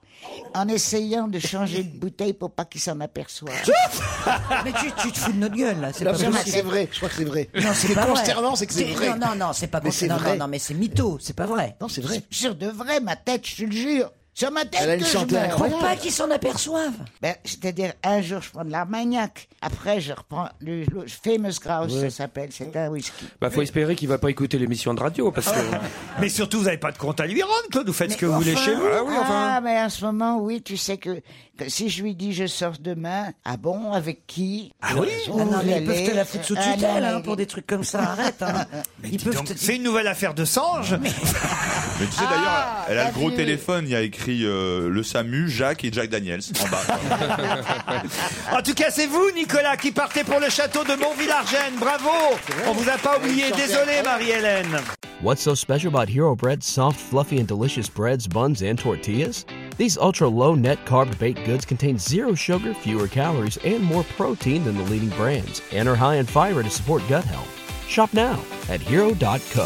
E: en essayant de changer de bouteille pour pas qu'il s'en aperçoive.
J: [laughs] Mais tu, tu te fous de notre gueule là, c'est pas
F: Non, je crois que
J: possible.
F: c'est vrai. Je crois que c'est vrai.
J: Non,
F: Ce
J: c'est
F: qui est
J: pas vrai.
F: consternant, c'est que c'est vrai.
J: Non, non, non, c'est pas
F: Mais c'est
J: consternant. Non,
F: vrai.
J: non, mais c'est mytho, c'est pas vrai.
F: Non, c'est vrai.
E: Sur de vrai, ma tête, je te le jure. Sur ma tête,
F: Elle a une
E: que je
F: santé
E: meurs.
J: Crois pas qu'ils s'en aperçoivent.
E: Ben, C'est-à-dire, un jour, je prends de l'armagnac. Après, je reprends le, le famous Kraus, ça s'appelle. C'est un whisky.
L: Bah, faut espérer qu'il va pas écouter l'émission de radio parce que.
C: [laughs] Mais surtout, vous n'avez pas de compte à lui rendre, Claude. Vous faites ce que vous voulez
L: enfin.
C: chez vous.
L: Ah oui, enfin.
E: Ah, mais en ce moment, oui, tu sais que, que si je lui dis je sors demain, ah bon, avec qui
C: Ah oui
J: Ah non, mais ils peuvent te la foutre sous
E: Ah non,
J: tutelle hein,
E: mais-
J: pour des trucs comme ça, arrête. hein. Ils
C: Dis
J: peuvent
C: donc,
J: te...
C: C'est une nouvelle affaire de Sange.
H: Mais tu sais d'ailleurs, elle a le
E: t'as
H: gros
E: vu.
H: téléphone, il y a écrit euh, le SAMU, Jacques et Jack Daniels en bas.
C: [laughs] En tout cas, c'est vous, Nicolas, qui partez pour le château de Montvillargennes. Bravo On vous a pas oublié. Désolé, Marie-Hélène.
O: What's so special about Hero Bread's soft, fluffy, and delicious breads, buns, and tortillas? These ultra low net carb baked goods contain zero sugar, fewer calories, and more protein than the leading brands, and are high in fiber to support gut health. Shop now at hero.co.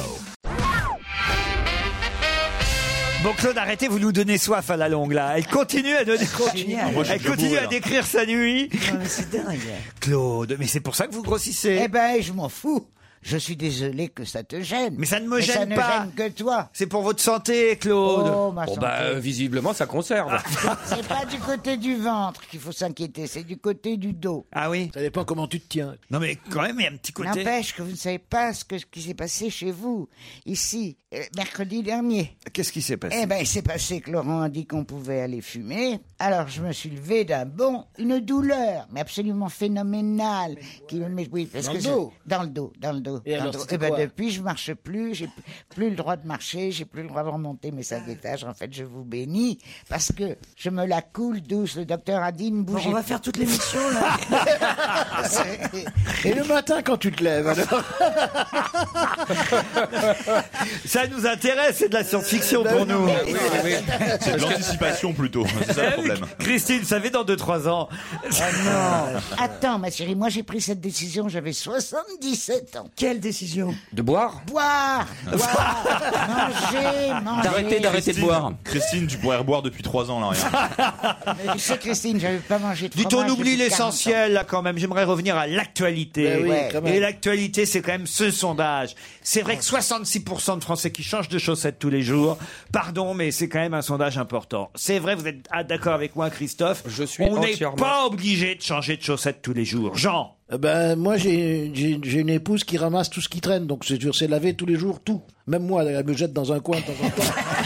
C: Bon, Claude, arrêtez, vous nous donnez soif à la longue, là. Elle continue à donner...
J: génial.
H: Moi, je suis
C: Elle
H: déjà
C: continue
H: bourré,
C: à
H: là.
C: décrire sa nuit.
J: Non, mais c'est dingue.
C: Claude, mais c'est pour ça que vous grossissez.
E: Eh ben, je m'en fous. Je suis désolé que ça te gêne.
C: Mais ça ne me
E: ça
C: gêne
E: ne
C: pas.
E: gêne que toi.
C: C'est pour votre santé, Claude. bah.
E: Oh, ma
L: Bon,
E: santé.
L: bah, euh, visiblement, ça
C: [laughs]
L: conserve.
E: C'est pas du côté du ventre qu'il faut s'inquiéter, c'est du côté du dos.
C: Ah oui
F: Ça dépend comment tu te tiens.
C: Non, mais quand même, il y a un petit côté...
E: N'empêche que vous ne savez pas ce, que- ce qui s'est passé chez vous, ici, euh, mercredi dernier.
C: Qu'est-ce qui s'est passé
E: Eh ben, il s'est passé que Laurent a dit qu'on pouvait aller fumer. Alors, je me suis levé d'un bond, une douleur, mais absolument phénoménale. Qui me met, oui, parce
F: Dans
E: que
F: le
E: je-
F: dos
E: dans le dos, dans le dos.
F: Et
E: dans le
F: alors,
E: dos.
F: c'était
E: Eh ben,
F: quoi
E: depuis, je marche plus, j'ai p- plus le droit de marcher, j'ai plus le droit de remonter mes cinq étages. En fait, je vous bénis parce que je me la coule douce. Le docteur a dit, ne
J: Bon,
E: bougez
J: on va
E: pas.
J: faire toute l'émission
E: [laughs]
F: [laughs]
J: là.
F: Et le matin, quand tu te
E: Ah,
F: lèves, alors
C: [laughs] Ça nous intéresse, c'est de la science-fiction pour nous. Eh
L: Oui, oui, oui.
H: C'est de l'anticipation plutôt, c'est ça le problème.
C: Christine, vous savez, dans 2-3 ans...
E: Ah
C: [laughs]
E: Attends, ma chérie, moi, j'ai pris cette décision, j'avais 77 ans.
J: Quelle décision
L: De boire
F: [laughs]
E: Boire, boire, manger, manger.
G: Ah, D'arrêter, d'arrêter de
H: Christine,
G: boire.
H: Christine, tu pourrais reboire depuis 3 ans là, rien.
E: Tu sais, Christine, j'avais pas mangé de
C: Dites, on
E: fromage
C: oublie
E: depuis 40 ans.
C: l'essentiel, là, quand même. J'aimerais revenir à l'actualité.
F: Ben oui, Ouais. quand même.
C: Et l'actualité, c'est quand même ce sondage. C'est vrai que 66% de Français qui changent de chaussettes tous les jours. Pardon, mais c'est quand même un sondage important. C'est vrai, vous êtes ah, d'accord avec moi, Christophe.
L: Je suis
C: On n'est
L: entièrement-
C: pas obligé de changer de chaussettes tous les jours. Jean.
F: Euh, Ben, moi, j'ai j'ai- j'ai une épouse qui ramasse tout ce qui traîne, donc c'est- je sais laver tous les jours tout. Même moi, elle me jette dans un coin de temps en temps.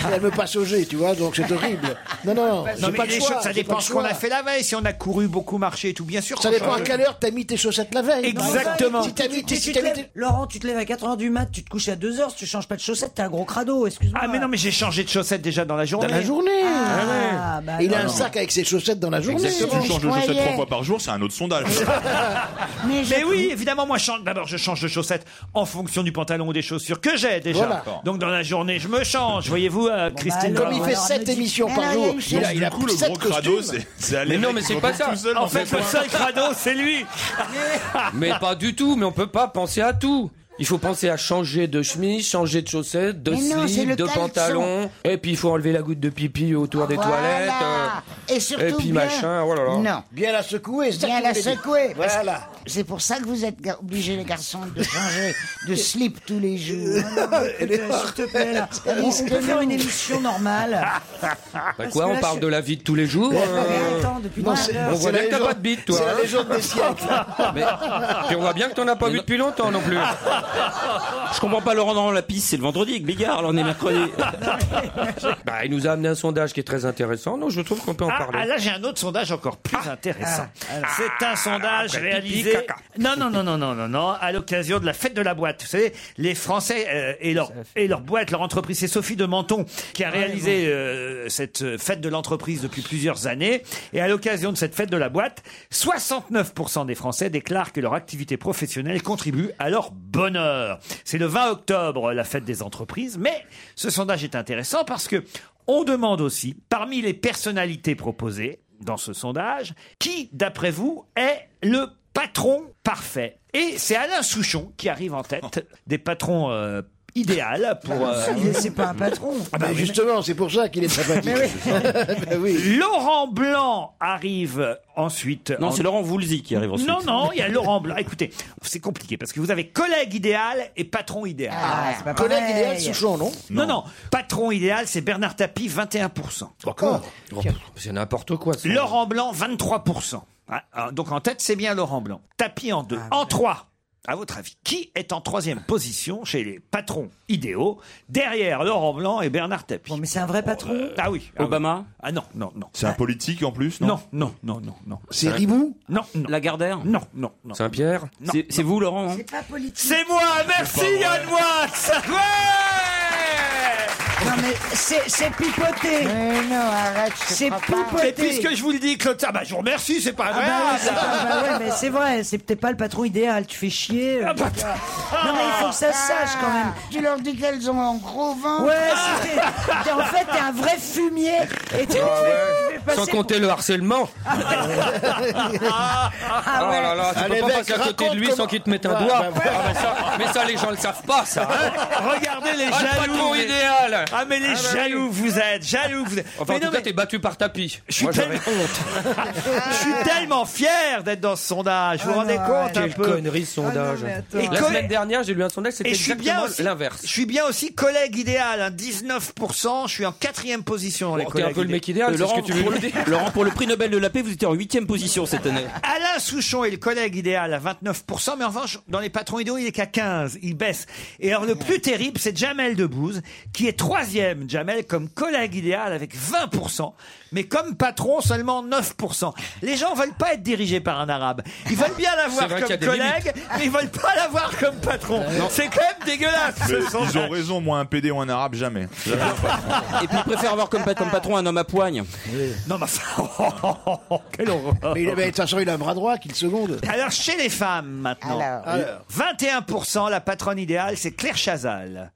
F: Et elle me passe au jet, tu vois, donc c'est horrible. Non, non, Bah, j'ai
C: Non, mais
F: pas
C: les
F: le choix,
C: choses, ça
F: j'ai
C: dépend
F: pas le
C: ce qu'on a
F: choix.
C: fait la veille, si on a couru beaucoup, marché et tout, bien sûr.
F: Ça
C: qu'on
F: dépend à
C: change.
F: quelle heure t'as mis tes chaussettes la
M: Ah,
F: veille.
C: Exactement.
F: Si t'as mis tes-
M: Tu
F: si t'as
M: te
F: mis
M: lèves- Laurent, tu te lèves à 4h du mat, tu te couches à 2h, si tu changes pas de chaussettes, t'es un gros crado, excuse-moi.
C: Ah, mais non, mais j'ai changé de chaussettes déjà dans la journée.
F: Dans la journée.
M: Ah, bah
F: Il a
M: non,
F: un
M: non.
F: sac avec ses chaussettes dans la journée.
H: Exactement. Tu changes de chaussettes trois fois par jour, c'est un autre sondage.
C: Mais, oui, évidemment, moi, je change- d'abord, je change de chaussettes en fonction du pantalon ou des chaussures que j'ai déjà.
F: Voilà.
C: Donc, dans la journée, je me change. Voyez-vous, euh, Christine
F: Comme il
C: Bravo.
F: fait 7 émissions par jour, il a, il a
H: du coup,
F: pris
H: le
F: sept
H: gros crado,
F: costumes.
H: c'est- c'est aller
L: Mais non,
H: avec
L: mais
H: le
L: c'est
H: copain
L: pas ça.
H: tout seul
L: En
H: dans
L: fait,
H: son
L: le
H: coin.
L: seul
C: crado, c'est lui.
L: Mais pas du tout, mais on peut pas penser à tout. Il faut penser à changer de chemise, changer de chaussettes, de
E: Mais non, c'est
L: slip,
E: le
L: de
E: caleçon.
L: pantalon. Et puis il faut enlever la goutte de pipi autour des
E: Voilà.
L: toilettes. euh,
E: Et surtout
L: puis
E: bien-
L: machin, oh là là.
E: Non.
F: Bien la secouer, c'est ça
E: Bien
F: que
E: la
F: je voulais dire.
E: secouer. parce que
F: Voilà.
E: C'est pour ça que vous êtes gar- obligés, les garçons, de changer de slip tous les
F: [laughs]
E: jours.
M: Elle est S'il te plaît, là. On on peut faire une émission normale.
E: [laughs]
L: Bah
M: Parce
L: quoi,
M: que
L: on
M: là,
L: parle
M: je-
L: de la vie de tous les jours.
M: Mais
L: euh,
M: attends, depuis
L: on
M: tout à l'heure.
L: voit
M: C'est
L: bien
M: la
L: que t'as
M: légende-
L: pas de bite, toi.
M: c'est la
L: hein.
M: légende des siècles.
L: [laughs] Mais- Puis on voit bien que t'en as pas vu depuis longtemps non plus.
G: Je comprends pas [laughs] Laurent dans la piste, c'est le vendredi avec Bégard, là on est mercredi.
L: [laughs] Bah, il nous a amené un sondage qui est très intéressant. Non, je trouve qu'on peut en
C: Ah,
L: parler.
C: ah, là, j'ai un autre sondage encore plus
F: Ah,
C: intéressant. C'est un sondage
L: après, pipi,
C: réalisé.
L: caca.
C: non, non, non, non, non, non, non, à l'occasion de la fête de la boîte. Vous savez, les Français euh, et, leur, et leur boîte, leur entreprise, c'est Sophie de Menton qui a réalisé euh, cette euh, fête de l'entreprise depuis plusieurs années. Et à l'occasion de cette fête de la boîte, 69% des Français déclarent que leur activité professionnelle contribue à leur bonheur. C'est le 20 octobre, la fête des entreprises. Mais ce sondage est intéressant parce que on demande aussi, parmi les personnalités proposées dans ce sondage, qui, d'après vous, est le patron parfait Et c'est Alain Souchon qui arrive en tête des patrons euh, idéal pour.
F: Ah,
C: euh,
M: C'est pas un patron.
C: Ah bah
F: Mais
C: oui,
F: justement, c'est pour ça qu'il est sympathique. Ben oui.
C: [laughs] Laurent Blanc arrive ensuite.
G: Non, c'est Laurent Voulzy qui arrive ensuite.
C: Non, non, il y a Laurent Blanc. Écoutez, c'est compliqué parce que vous avez collègue idéal et patron idéal.
F: Ah, c'est pas Collègue pareil. idéal, Souchon, non
C: Non, non. Patron idéal, c'est Bernard Tapie, 21%.
F: D'accord.
L: Oh, pff, C'est n'importe quoi. ça.
C: Laurent Blanc, 23%. Ah, ah, Donc en tête, c'est bien Laurent Blanc. Tapis en deux.
M: Ah
C: en trois, à votre avis, qui est en troisième position chez les patrons idéaux derrière Laurent Blanc et Bernard Tapie mais c'est un vrai patron Ah oui. ah oui.
G: Obama
C: Ah non, non, non.
H: C'est un politique en plus, non
C: Non, non, non, non, non.
F: C'est Ribou
C: Non, non.
G: Lagardère
C: Non, non, non.
L: Saint-Pierre
G: C'est- C'est vous, Laurent hein non
M: C'est pas politique.
C: C'est moi, merci Yann Moix
M: Non, mais c'est c'est pipoté.
E: Mais non, arrête. je te
M: C'est
E: crois pas.
C: Et puisque je vous le dis, Claude, ah bah je vous remercie, c'est pas
M: Ah
C: vrai
M: bah ouais, c'est pas- bah ouais, mais c'est vrai, c'est peut-être pas le patron idéal, tu fais chier.
C: Ah,
M: euh,
C: bah,
M: Non mais il faut que ça se sache quand même.
E: Ah, Tu leur dis qu'elles ont un gros ventre.
M: Ouais, c'est- t'es- t'es- en fait t'es un vrai fumier et tu, tu fais- tu fais passer
L: Ah Sans compter le harcèlement.
C: [laughs]
M: Ah
L: Oh
M: ouais.
L: là là, tu
F: Allez,
L: peux pas
F: mec,
L: passer à côté de
F: raconte
L: lui
F: comment-
L: sans qu'il te mette un
F: Ouais,
L: doigt.
F: bah ouais.
L: Ah, mais, ça, mais ça, les gens le savent pas, ça. hein.
C: Regardez les
L: Ah, le
C: jaloux
L: patron
C: mais-
L: idéal.
C: Ah mais les
L: Ah, bah oui.
C: jaloux vous êtes, jaloux vous êtes
L: Enfin,
C: Mais
L: en tout
C: non,
L: cas,
C: mais-
L: t'es battu par tapis.
C: Je suis
L: Moi, j'avais
C: tellement-
L: honte.
C: Je suis tellement fier d'être dans ce sondage. Vous vous
L: Ah
C: rendez
L: non,
C: compte
L: ouais.
C: un
L: Quelle
C: peu
L: connerie ce sondage.
C: Ah non, mais attends.
L: La
C: Et coll-
L: semaine dernière, j'ai lu un sondage, c'était
C: Et je suis bien
L: exactement
C: aussi-
L: l'inverse.
C: Je suis bien aussi collègue idéal, hein, 19%. Je suis en quatrième position. les
L: t'es
C: collègues
L: un peu le mec idéal,
C: idéaux. Euh,
L: c'est ce que tu veux
G: pour,
L: nous
G: le,
L: dire.
G: Laurent, pour le prix Nobel de la paix, vous étiez en huitième position cette année.
C: Alain Souchon est le collègue idéal à 29%, mais en revanche, dans les patrons idéaux, il est qu'à 15%. Il baisse. Et alors, le plus terrible, c'est Jamel Debbouze, qui est troisième, Jamel, comme collègue idéal avec 20%, mais comme patron, seulement 9%. Les gens veulent pas être dirigés par un arabe. Ils veulent bien l'avoir
L: C'est vrai qu'il y a
C: comme
L: des
C: collègue, mais ils veulent pas l'avoir comme patron. Euh, C'est quand même [laughs] dégueulasse,
H: Mais
C: ce
H: Ils ont
C: sondage.
H: raison, moi un PD ou un arabe, jamais. Jamais.
G: Et puis, il préfère avoir comme, pat- comme patron un homme à poigne.
C: Non, mais enfin, quelle horreur.
F: [laughs] Mais il- mais de toute façon, il a un bras droit qui le seconde.
C: Alors, chez les femmes, maintenant. euh,
E: Alors.
F: Alors.
C: 21%, la patronne idéale, c'est Claire Chazal.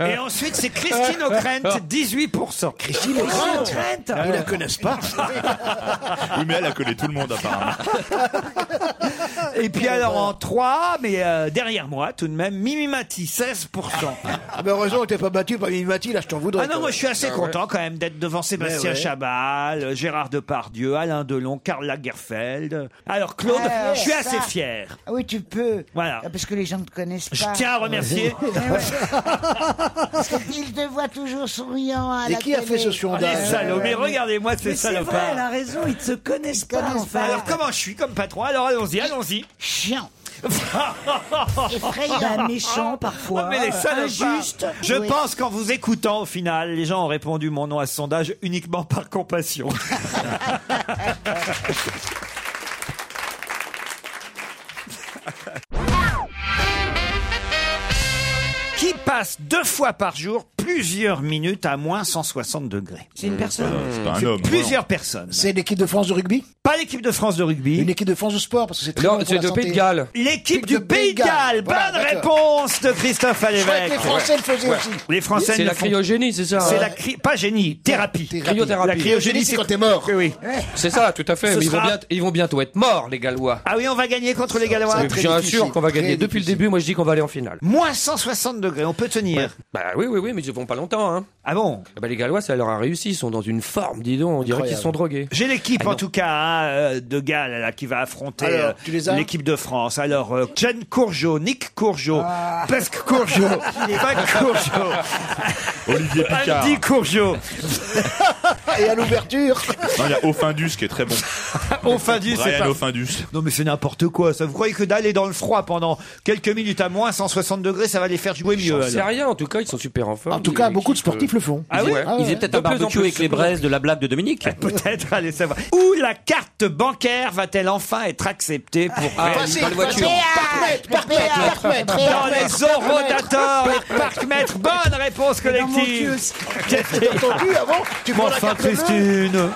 C: Et ensuite, c'est Christine O'Krent, 18%.
F: Christine
H: Ah.
F: O'Krent
C: Ah,
F: Ils la connaissent pas.
H: [laughs] Oui, mais elle, elle connaît tout le monde, apparemment.
C: [laughs] Et puis alors, en 3, mais euh, derrière moi, tout de même, Mimi Mati, 16%.
F: Ah ben heureusement que t'es pas battu par Mimimati, là je t'en voudrais.
C: Ah non, moi je suis assez content quand même d'être devant Sébastien
F: ouais.
C: Chabal, euh, Gérard Depardieu, Alain Delon, Karl Lagerfeld. Alors Claude,
E: Alors,
C: je suis assez
E: Ah, ça.
C: fier.
E: Ah Oui, tu peux.
C: Voilà.
E: Ah, Parce que les gens ne te connaissent pas.
C: Je tiens à remercier
E: Eh ouais.
M: Ah.
E: Parce qu'ils te voient toujours souriant à
F: Et
E: la
F: qui a
E: télé.
F: fait ce sondage
C: Ah, les salauds. Mais regardez-moi
M: Mais
C: ces
M: c'est vrai,
C: salopards. Bah,
M: elle a raison, ils ne se connaissent pas en
E: connaissent
M: fait.
E: pas.
C: [laughs] Alors comment je suis comme patron Alors allons-y, allons-y.
E: Chiant. Effrayant.
M: Bah,
F: [laughs]
M: méchant parfois,
C: Non, Oh, mais les salopards.
M: injuste.
C: Je
M: Oui.
C: pense qu'en vous écoutant, au final, les gens ont répondu mon nom à ce sondage uniquement par
F: [laughs]
C: compassion. Qui passe deux fois par jour plusieurs minutes à moins 160 degrés.
F: C'est une personne. Euh, C'est pas un
C: C'est
F: homme,
C: Plusieurs
F: voyons.
C: personnes.
F: [laughs] C'est l'équipe de France de rugby
C: Pas l'équipe de France de rugby.
F: Une équipe de France de sport, parce que c'est très bon pour la santé.
C: L'équipe du Pays de Galles.
F: Voilà,
C: Bonne
F: d'accord.
C: réponse de Christophe
F: Je croyais
C: Alévèque.
F: que les Français le faisaient aussi.
C: Les Français
L: C'est
C: le
L: la
C: font.
L: cryogénie, c'est ça,
C: C'est
L: hein
C: la cri- pas génie, thérapie.
L: Cryothérapie.
C: La cryogénie, c'est quand t'es mort. Oui, oui.
L: C'est ça, tout à fait.
C: Ce
L: Mais ils, vont
C: sera-
L: bientôt, ils vont bientôt être morts, les Gallois.
C: Ah oui, on va gagner contre les Gallois.
L: Mais Bien sûr qu'on va gagner. Depuis le début, moi je dis qu'on va aller en finale.
C: Moins 160 degrés, on peut tenir.
L: Bah oui, oui, oui, mais ils ne vont pas longtemps. Hein.
C: Ah bon
L: Bah les Gallois, ça leur a réussi. Ils sont dans une forme, dis donc. On dirait qu'ils
C: Incroyable.
L: sont drogués.
C: J'ai l'équipe
L: Ah non.
C: en tout cas hein, euh, de Galles là, qui va affronter
L: Alors,
C: euh,
L: tu les as
C: l'équipe de France. Alors euh, Jen Courgeot, Nick Courgeot,
F: Ah.
C: Pesque Courgeot, Pac Courgeot,
H: Olivier Picard.
C: Andy Courgeot.
F: [laughs] Et à l'ouverture.
H: Non, il y a Offindus qui est très bon.
C: Offindus, c'est
H: Brian
C: pas-
H: Offindus.
C: Non mais c'est n'importe quoi. Ça, vous croyez que d'aller dans le froid pendant quelques minutes à moins 160 degrés, ça va les faire jouer mieux
L: J'en sais
C: alors.
L: rien, en tout cas, ils euh, sont super en forme.
F: En tout cas, beaucoup de sportifs le font.
C: Ah oui
G: Ils faisaient peut-être un barbecue avec les braises de la blague de Dominique.
C: [laughs] Peut-être, allez savoir. Où la carte bancaire va-t-elle enfin être acceptée pour
G: Ah,
C: réaliser-
G: facile,
C: dans les voitures
G: facile.
C: Dans les orodators, les parcs-mètres. Bonne réponse collective. Qu'est-ce qu'il y a
F: entendu avant Tu
C: Mais
F: prends la
C: enfin,
F: carte bleue.
C: Christine. Euh,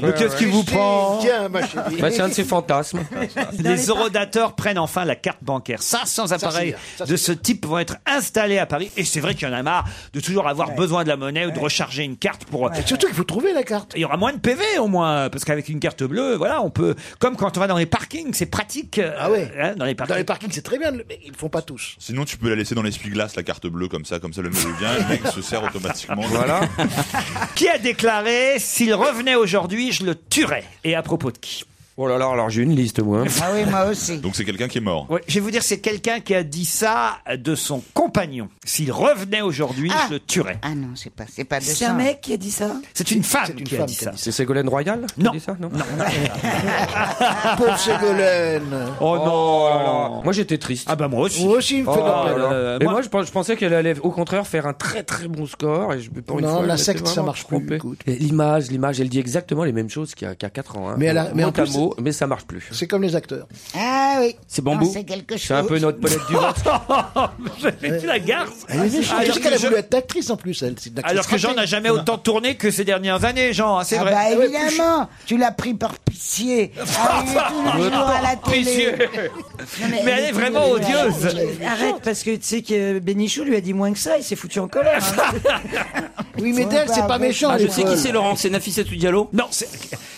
C: Mais
L: Ouais,
C: qu'est-ce
L: ouais.
C: qui vous
L: Christine,
C: prend
F: Tiens, ma chérie.
L: Bah, c'est un de ces fantasmes.
C: [laughs] Les orodateurs prennent enfin la carte bancaire. 500 appareils
F: bien, ça, c'est
C: de ce type vont être installés à Paris. Et c'est vrai qu'il y en a marre de toujours avoir besoin de la monnaie ou de recharger une carte pour... euh,
F: Et surtout qu'il faut trouver la carte.
C: Il y aura moins de PV au moins, parce qu'avec une carte bleue, voilà, on peut. Comme quand on va dans les parkings, c'est pratique. euh,
F: Ah ouais.
C: hein, dans les parkings.
F: Dans les parkings, c'est très bien, mais ils le font pas tous.
H: Sinon, tu peux la laisser dans l'essuie-glace, la carte bleue, comme ça, comme ça, le mec vient, le mec se sert automatiquement.
L: Voilà.
H: [laughs]
C: Qui a déclaré s'il revenait aujourd'hui, je le tuerais Et à propos de qui
L: Oh là là, alors j'ai une liste, moi.
E: Ah oui, moi aussi.
H: Donc, c'est quelqu'un qui est mort.
C: Ouais, Je vais vous dire, c'est quelqu'un qui a dit ça de son compagnon. S'il revenait aujourd'hui, je le tuerais.
E: Ah non, c'est pas, c'est pas de
M: C'est un
E: sang.
M: mec qui a
C: [laughs]
M: dit ça
C: C'est une femme qui a
F: femme
C: dit
F: qui a
C: ça.
L: C'est Ségolène Royal Non. Dit ça, non, [laughs]
C: [laughs]
F: Pauvre Ségolène.
C: Oh, non.
L: Moi j'étais triste.
C: Ah bah moi aussi.
F: Moi aussi, il me fait de la
L: Oh
F: peine.
L: là là.
C: Euh,
L: Mais
C: moi-
L: moi, je, pense- je pensais qu'elle allait au contraire faire un très très bon score et je pour une
F: Non,
L: fois,
F: la
L: elle
F: secte,
L: était
F: ça
L: vraiment
F: marche plus,
L: trompée.
F: écoute.
L: Et L'image, l'image, elle dit exactement les mêmes choses qu'il y a, qu'il y a 4 ans. hein.
F: Mais elle a- mais en
L: Mot à
F: plus,
L: mot, mais ça marche plus.
F: C'est comme les acteurs.
E: Ah oui.
L: C'est bambou.
E: Non, C'est quelque chose.
L: C'est un peu notre Paulette Durand.
C: Oh, [laughs] tu la garces
F: Elle est méchante.
C: Alors
F: Qu'est-ce qu'elle a
C: que
F: voulu
C: Ah, je-
F: être actrice en plus, elle. C'est une actrice
C: Alors que Jean
F: ratée.
C: n'a jamais autant tourné que ces dernières années, Jean, hein, c'est
E: Ah
C: vrai.
E: bah évidemment, tu l'as pris par pitié. Ah, il est tous
C: [laughs]
E: les jours à la télé.
C: mais, elle est vraiment odieuse.
M: Arrête, parce que tu sais que Bénichou lui a dit moins que ça, il s'est foutu en colère. hein.
F: [laughs] Oui, mais d'elle, c'est pas méchant.
G: Ah,
F: elle
G: je
F: est
G: sais qui
F: folle.
G: c'est, Laurent. C'est Nafissatou Diallo.
C: Non, c'est-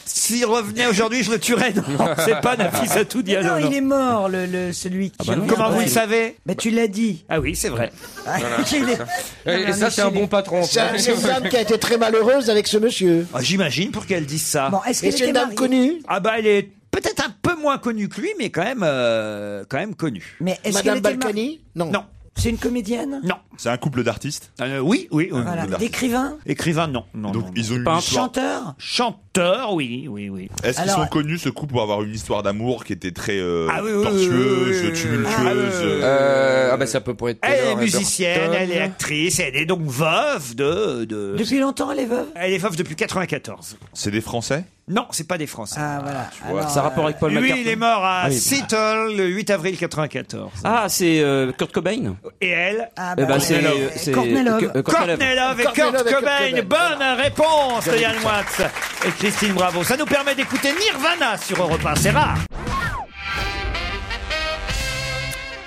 C: s'il revenait aujourd'hui, je le tuerais. Non, c'est pas Nafis
F: [laughs]
C: à tout
M: non,
C: dialogue.
M: il est mort, le, le- celui qui.
G: bah non.
M: revient
C: Ah Comment
M: après.
C: vous le savez
M: Bah, tu l'as dit.
C: Ah oui, c'est vrai.
M: [laughs] Il est-
L: Eh, Et, et ça, c'est un bon patron.
F: C'est un- c'est une femme qui a été très malheureuse avec ce monsieur.
C: Ah, J'imagine pour qu'elle dise ça.
M: Bon, est-ce
F: Et
M: qu'elle
F: c'est
M: était
F: une dame
M: mariée
F: connue.
C: Ah bah elle est peut-être un peu moins connue que lui, mais quand même, euh, quand même connue.
M: Mais est-ce qu'elle
F: Madame
M: était mariée
F: Balkany Non.
C: Non,
M: C'est une comédienne
C: non.
H: C'est un couple d'artistes.
C: Euh, oui, oui. oui.
M: Voilà.
H: Voilà.
M: D'écrivain
C: Écrivain, non, non.
H: Donc,
C: non, non.
H: ils ont une
G: Pas un
H: histoire.
M: Chanteur
C: Chanteur, oui, oui, oui.
H: Est-ce qu'ils
M: Alors-
H: sont connus, ce couple, pour avoir une histoire d'amour qui était très euh,
C: Ah oui, oui, oui,
H: tortueuse,
C: oui, oui, oui.
H: tumultueuse
C: Ah oui, oui, oui.
H: euh,
L: Euh, ah bah ça peut pas être.
C: Elle est
L: Taylor
C: musicienne,
L: Burton.
C: elle est actrice, elle est donc veuve de... de-
M: Depuis longtemps, elle est veuve
C: Elle est veuve depuis 94.
H: C'est des Français
C: Non, c'est pas des Français.
M: Ah, voilà.
H: vois,
G: Ça a rapport avec Paul
C: Lui,
G: McCartney.
C: il est mort à
G: Ah oui.
C: Seattle le 8 avril 94.
G: Ah, c'est euh, Kurt Cobain.
C: Et elle
M: Ah,
G: Eh
M: bah,
G: ben, c'est
M: euh,
G: c'est-
M: Courtney Love.
G: euh, Courtney Love.
C: Courtney Love et Kurt,
F: Courtney Love et Kurt
C: Cobain.
F: Cobain,
C: Bonne réponse de Yann Watts et Christine Bravo. Ça nous permet d'écouter Nirvana sur Europe 1. C'est rare.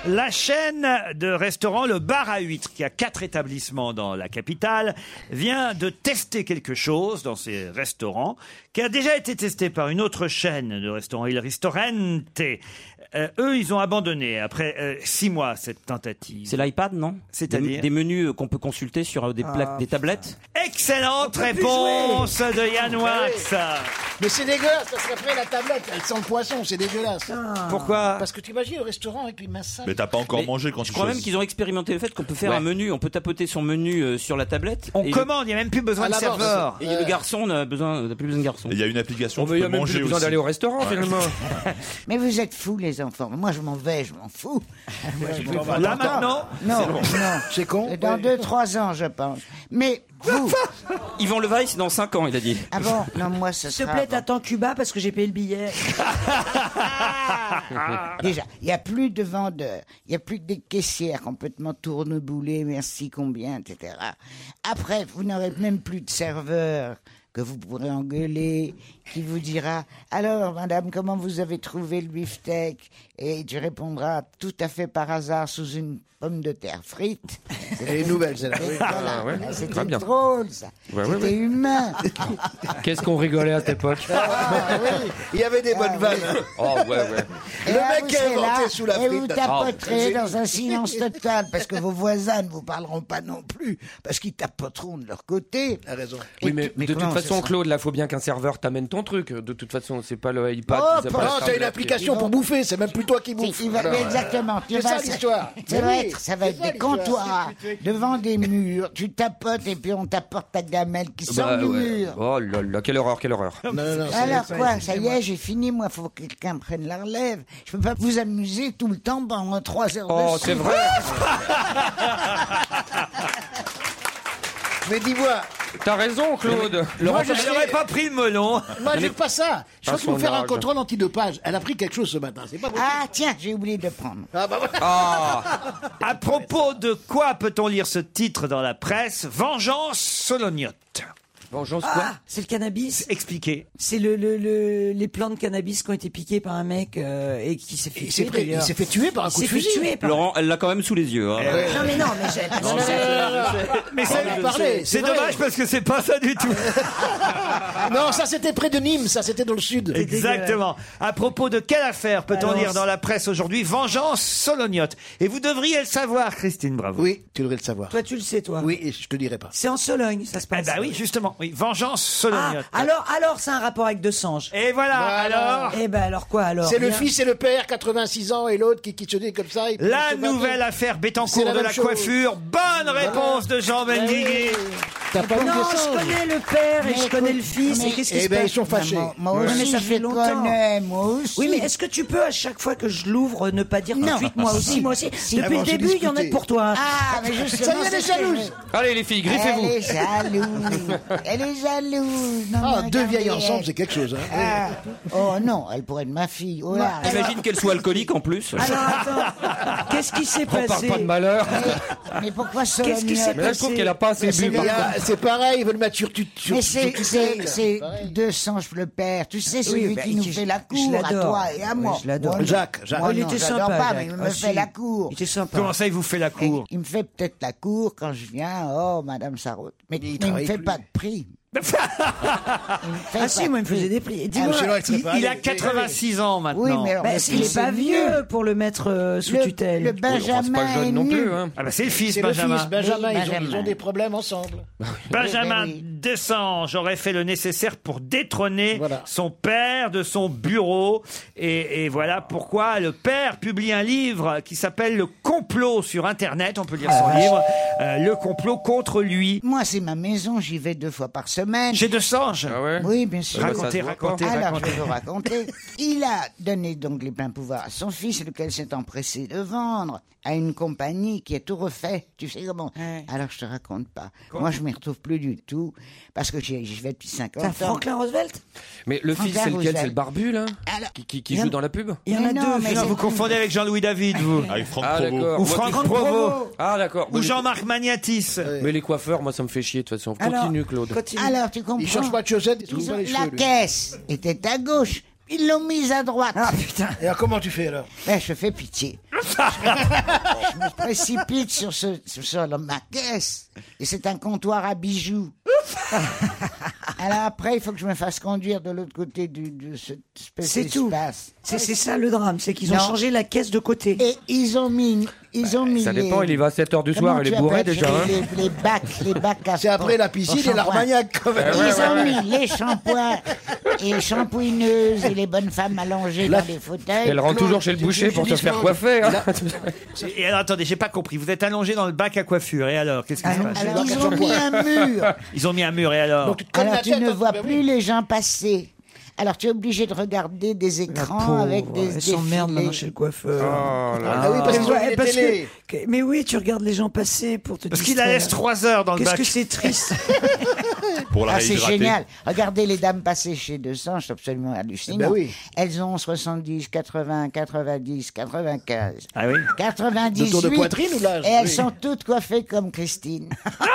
C: La chaîne de restaurants Le Bar à Huîtres, qui a quatre établissements dans la capitale, vient de tester quelque chose dans ses restaurants, qui a déjà été testé par une autre chaîne de restaurants, Il Ristorante. Euh, eux, ils ont abandonné après euh, six mois cette tentative.
G: C'est l'iPad, non
C: C'est-à-dire
G: des, des menus euh, qu'on peut consulter
F: Ah,
G: sur euh, des plaques, des tablettes.
C: Excellente réponse de Yann Wax.
F: Ah Mais c'est dégueulasse, parce qu'après la tablette, elle sent le poisson, c'est dégueulasse.
C: Ah. Pourquoi
F: Parce que tu imagines le restaurant et puis mince ça.
H: Mais t'as pas encore
G: Mais
H: mangé quand tu
G: Je crois même
H: choisis.
G: qu'ils ont expérimenté le fait qu'on peut faire
H: Ouais.
G: un menu, on peut tapoter son menu euh, sur la tablette.
C: On commande, il n'y a même plus besoin
G: à
C: de
G: l'avance.
C: serveur.
G: Et le garçon, on n'a plus besoin de garçon.
H: Il y a une application,
G: Oh,
H: tu
G: mais il y a
H: peux
G: même
H: manger
G: plus besoin
H: aussi.
G: d'aller au restaurant,
H: Ouais.
G: finalement.
E: [laughs] Mais vous êtes fous, les enfants. Moi, je m'en vais, je m'en fous. Moi, je
F: Ouais,
E: vais
F: bon,
E: pas
F: bah,
E: longtemps.
F: maintenant
E: Non,
F: C'est bon.
E: non.
F: C'est con
E: Dans
F: Ouais.
E: 2-3 ans, je pense. Mais vous.
G: Yvan Levaille, dans 5 ans, il a dit. [laughs]
E: Ah bon Non, moi, ce
M: S'il te
E: sera.
M: plaît,
E: avant.
M: t'attends Cuba parce que j'ai payé le billet.
G: Ah.
E: Ah. Déjà, il n'y a plus de vendeurs, il n'y a plus que des caissières complètement tourneboulées, merci combien, etc. Après, vous n'aurez même plus de serveur que vous pourrez engueuler, qui vous dira Alors, madame, comment vous avez trouvé le beefsteak Et tu répondras tout à fait par hasard sous une pomme de terre frite.
F: Elle est nouvelle, celle-là.
E: Et
F: Oui.
E: voilà.
L: Ah ouais,
E: Là,
L: très
E: C'était
L: bien.
E: drôle, ça.
L: Ouais, ouais,
E: C'était
L: ouais.
E: humain.
L: Qu'est-ce qu'on rigolait à cette époque
F: Ah, Il y avait des
E: Ah,
F: bonnes vannes.
L: Oh ouais, ouais.
E: Et
F: Le
E: là, Ah,
F: mec
E: vous
F: qui a
E: serez
F: inventé
E: là,
F: sous la
E: Et vous
F: frite.
E: tapoterez
F: Ah,
E: dans un silence total, parce que vos voisins ne vous parleront pas non plus, parce qu'ils tapoteront de leur côté.
F: raison.
L: Oui, mais, de toute
E: comment ça
L: façon,
E: sera
L: Claude, là, faut bien qu'un serveur t'amène ton truc. De toute façon, c'est pas le Bah, iPad.
F: Oh,
L: c'est pas la
F: non, t'as
L: tablette.
F: une application pour bouffer, c'est même plus toi qui bouffe.
E: Il va- mais exactement. tu
F: C'est
E: vas-
F: ça l'histoire.
E: Ça va être, ça va
F: C'est
E: être
F: ça,
E: des
F: l'histoire.
E: comptoirs devant des murs. Tu tapotes et puis on t'apporte ta gamelle qui sort
L: Bah,
E: du
L: ouais.
E: mur.
L: Oh là là, quelle horreur, quelle horreur.
E: Alors quoi, ça y est, j'ai fini, moi, faut que quelqu'un prenne la relève. Je peux pas vous amuser tout le temps pendant trois heures de
L: Oh,
E: suite.
L: c'est vrai.
E: [laughs]
F: Mais dis-moi,
L: T'as raison, Claude.
F: Moi,
C: je
F: je sais-
C: n'aurais pas pris le melon.
F: moi j'ai pas ça. Je crois qu'il
L: Pas
F: faut
L: son
F: faire un
L: âge.
F: contrôle antidopage. Elle a pris quelque chose ce matin, c'est pas possible.
E: Ah tiens, j'ai oublié de prendre.
F: Ah, bah, voilà.
C: À propos de quoi peut-on lire ce titre dans la presse Vengeance solognote.
L: Vengeance
M: Ah, c'est le cannabis.
C: Expliqué.
M: C'est le, le- le- les plants de cannabis qui ont été piqués par un mec euh, et qui s'est fait
F: Il s'est
M: tuer.
F: pris- il
M: d'ailleurs.
F: s'est fait tuer par Eh un
M: Il
F: coup de
M: s'est fait
F: fusil.
M: tuer par-
G: Laurent, elle l'a quand même sous les yeux. hein.
M: Non mais non, mais j'ai.
F: Non, non, non, non, non.
C: Mais
F: On en a parlé,
C: c'est
F: vrai.
C: dommage parce que c'est pas ça du tout.
F: [laughs] Non, ça c'était près de Nîmes, ça c'était dans le sud.
C: Exactement. À propos de quelle affaire peut-on
F: Alors,
C: lire dans la presse aujourd'hui Vengeance solognote. Et vous devriez le savoir, Christine Bravo.
F: Oui, tu devrais le savoir.
M: Toi, tu le sais, toi.
F: Oui, et je te dirai pas.
M: C'est en Sologne, ça se
C: Eh
M: passe.
C: ben oui, justement. Oui, Vengeance
M: Ah,
C: solognote.
M: alors, alors, c'est un rapport avec deux singes.
C: Et voilà, alors
M: Eh ben alors quoi alors
F: C'est le
M: Rien.
F: fils et le père, 86 ans, et l'autre qui, qui se dit comme ça. et puis il
C: La
F: se bat.
C: nouvelle affaire
F: C'est
C: Bétancourt
F: la
C: de
F: même
C: la
F: chose.
C: coiffure. Bonne réponse de Jean Benguigui.
F: T'as pas
M: Non,
F: eu de
M: je
F: singe.
M: connais le père et
E: Mais
M: je connais
E: écoute,
M: le fils.
E: mais-
M: Et qu'est-ce qui
F: Eh
M: se
F: ben,
M: passe
F: ils sont fâchés.
E: Moi, moi
M: Ouais.
E: aussi,
M: Mais ça
E: je
M: fait
E: les
M: longtemps.
E: connais, moi aussi.
M: Oui, mais est-ce que tu peux à chaque fois que je l'ouvre ne pas dire tout de
E: Non.
M: suite moi aussi, moi aussi Depuis
F: Avant,
M: le
F: j'ai
M: début, il y en a
F: discuté.
M: pour toi.
E: Ah, mais justement,
F: Ça y est, elle est
E: c'est ce que
F: jalouse.
E: je-
L: Allez, les filles, griffez-vous.
E: Elle est
L: [laughs]
E: jalouse. Elle est jalouse. Non,
F: Ah,
E: mais
F: deux
E: regardez,
F: vieilles ensemble,
E: elle-
F: c'est quelque chose. Hein.
E: Ah. Oh non, elle pourrait être ma fille. Oh là.
G: Imagine qu'elle soit alcoolique en plus.
F: Ah
M: Alors attends, qu'est-ce qui s'est
L: On parle
M: passé
L: pas de malheur.
E: Mais pourquoi ça
M: Qu'est-ce qui s'est
L: Mais là, je trouve qu'elle a pas assez
E: Mais
L: bu.
F: Il y a- C'est pareil, [laughs] ils veulent mettre sur tu. sur-
E: Mais
F: sur
E: c'est,
F: tutelle.
E: c'est, c'est deux singes le père. Tu sais, celui
M: bah,
E: qui nous
M: je-
E: fait la
M: je
E: cour à
M: l'adore.
E: toi et à
M: Oui,
E: moi.
M: je l'adore.
E: Moi, non.
F: Jacques, Jacques.
E: Moi,
M: Il
E: non,
M: était
E: j'adore
M: sympa,
E: pas,
M: Jacques.
E: mais il me
M: Ah,
E: fait
M: si.
E: la cour.
M: Il était sympa.
C: Comment ça, il vous fait la
E: Et
C: cour
E: il me fait peut-être la cour quand je viens. Oh, Madame Sarraute. Mais, mais il ne me
F: travaille
E: fait
F: plus.
E: pas de
M: [laughs]
E: prix. Il me fait
M: Ah si,
E: pas
M: moi, il
E: de
M: me faisait
E: prix.
M: des prix.
F: Ah,
M: Dis-moi,
F: sinon, elle serait
C: il,
F: pas
C: il a
F: allée.
C: 86 ans maintenant.
E: Eh, Oui, mais alors,
M: bah,
E: mais
M: il est pas
E: nul.
M: vieux pour le mettre euh, sous
E: Le-
M: tutelle.
E: Le
L: Oui, enfin, c'est pas
E: Benjamin est
L: jeune non
E: nul.
L: plus. Hein.
C: Ah bah, c'est le fils,
F: C'est le
C: Benjamin.
F: fils, Benjamin,
E: Oui,
F: ils ont- Ils, ont,
E: Benjamin.
F: des problèmes ensemble.
C: Benjamin
E: Eh ben oui.
C: Descend, j'aurais fait le nécessaire pour détrôner
F: Voilà.
C: son père de son bureau. Et, et voilà pourquoi le père publie un livre qui s'appelle Le complot sur Internet. On peut lire son livre. euh, le complot contre lui.
E: Ah, Moi, c'est ma maison. J'y vais deux fois par semaine.
C: Chez De Sange.
L: Ah ouais
E: Oui, bien sûr.
L: Ah, bah, ça
C: Racontez,
L: se voit
C: racontez,
E: Alors, je
C: racontez.
E: vais vous
C: [laughs]
E: raconter. Il a donné donc les pleins pouvoirs à son fils, lequel s'est empressé de vendre à une compagnie qui a tout refait. Tu sais comment Alors, je te raconte pas. Moi, je m'y retrouve plus du tout parce que j'y j'y vais depuis 50
M: T'as
E: ans.
M: Franklin Roosevelt
L: Mais le
E: Franck
L: fils, c'est lequel
E: Larousse.
L: C'est le barbu, là
E: Alors-
L: Qui, qui- qui
M: Non.
L: joue dans la pub
M: Il y en a
E: Mais non,
M: deux.
E: mais
M: frère.
C: Non, vous confondez avec Jean-Louis David,
M: [laughs]
C: vous.
H: Avec Franck
L: Ah,
H: Provost.
L: d'accord.
C: Ou
L: Moi, qui-
C: Franck Provost.
L: Ah, d'accord.
C: Ou
L: Mais les-
C: Jean-Marc Magnatis.
L: Mais les coiffeurs, moi, ça me fait chier, de toute façon.
M: Alors,
L: Continue, Claude.
M: continue.
E: Alors, tu comprends
F: Ils changent pas de chaussettes, ils trouvent
E: Ils
F: pas
E: ont-
F: les
E: La
F: cheveux. lui.
E: caisse était à gauche. Ils l'ont mise à droite.
M: Ah putain.
F: Et alors comment tu fais alors
E: Ben, je
M: [laughs]
E: fais pitié. je me précipite sur, ce, sur, sur le- ma caisse. Et c'est un comptoir
M: [laughs]
E: à bijoux. Alors après, il faut que je me fasse conduire de l'autre côté du, de cette espèce
M: C'est tout.
E: d'espace.
M: C'est c'est ça le drame, c'est qu'ils ont
E: Non.
M: changé la caisse de côté.
E: Et ils ont mis... une- Ils ont mis
L: Bah, Ça dépend, il y va à 7h du soir, il est bourré déjà. hein.
E: Les, les bacs, les bacs à [laughs]
F: C'est après
E: pour-
F: la
E: pour
F: piscine et
E: shampoing.
F: l'armagnac quand même.
E: Ils ont mis les shampoings les shampouineuses et les bonnes femmes allongées
L: Là,
E: dans les fauteuils.
L: elle rentre toujours chez le
E: Claude,
L: boucher
E: je-
L: pour
E: je
L: se
E: dis
L: faire
E: Claude.
L: coiffer. hein.
C: Et et alors, attendez, j'ai pas compris. Vous êtes allongé dans le bac à coiffure, et alors Qu'est-ce qui se passe
E: Ah alors, ils ont mis un mur.
C: [laughs] Ils ont mis un mur, et alors
E: Alors hein, tu ne vois plus les gens passer. Alors tu es obligé de regarder des écrans avec des
M: elle s'emmerde
E: défilés.
M: maintenant chez le
E: euh,
M: coiffeur.
L: Oh là
C: Ah oui, parce qu'ils ont
M: Ouais,
C: mis les
M: parce que-
C: télés.
M: que- mais oui, tu regardes les gens passer pour te
C: Parce qu'il
M: distraire.
C: la laisse trois heures dans le bac.
M: Qu'est-ce que c'est
C: [laughs]
M: triste.
H: Pour
E: Ah, c'est génial. Regardez les dames passer chez 200, c'est absolument hallucinant.
C: Eh ben oui.
E: Elles ont 70, 80, 90, 95.
C: Ah oui
E: 98.
C: Le tour de poitrine ou l'âge
E: Et elles
C: Oui.
E: sont toutes coiffées comme
C: [laughs]
E: Christine.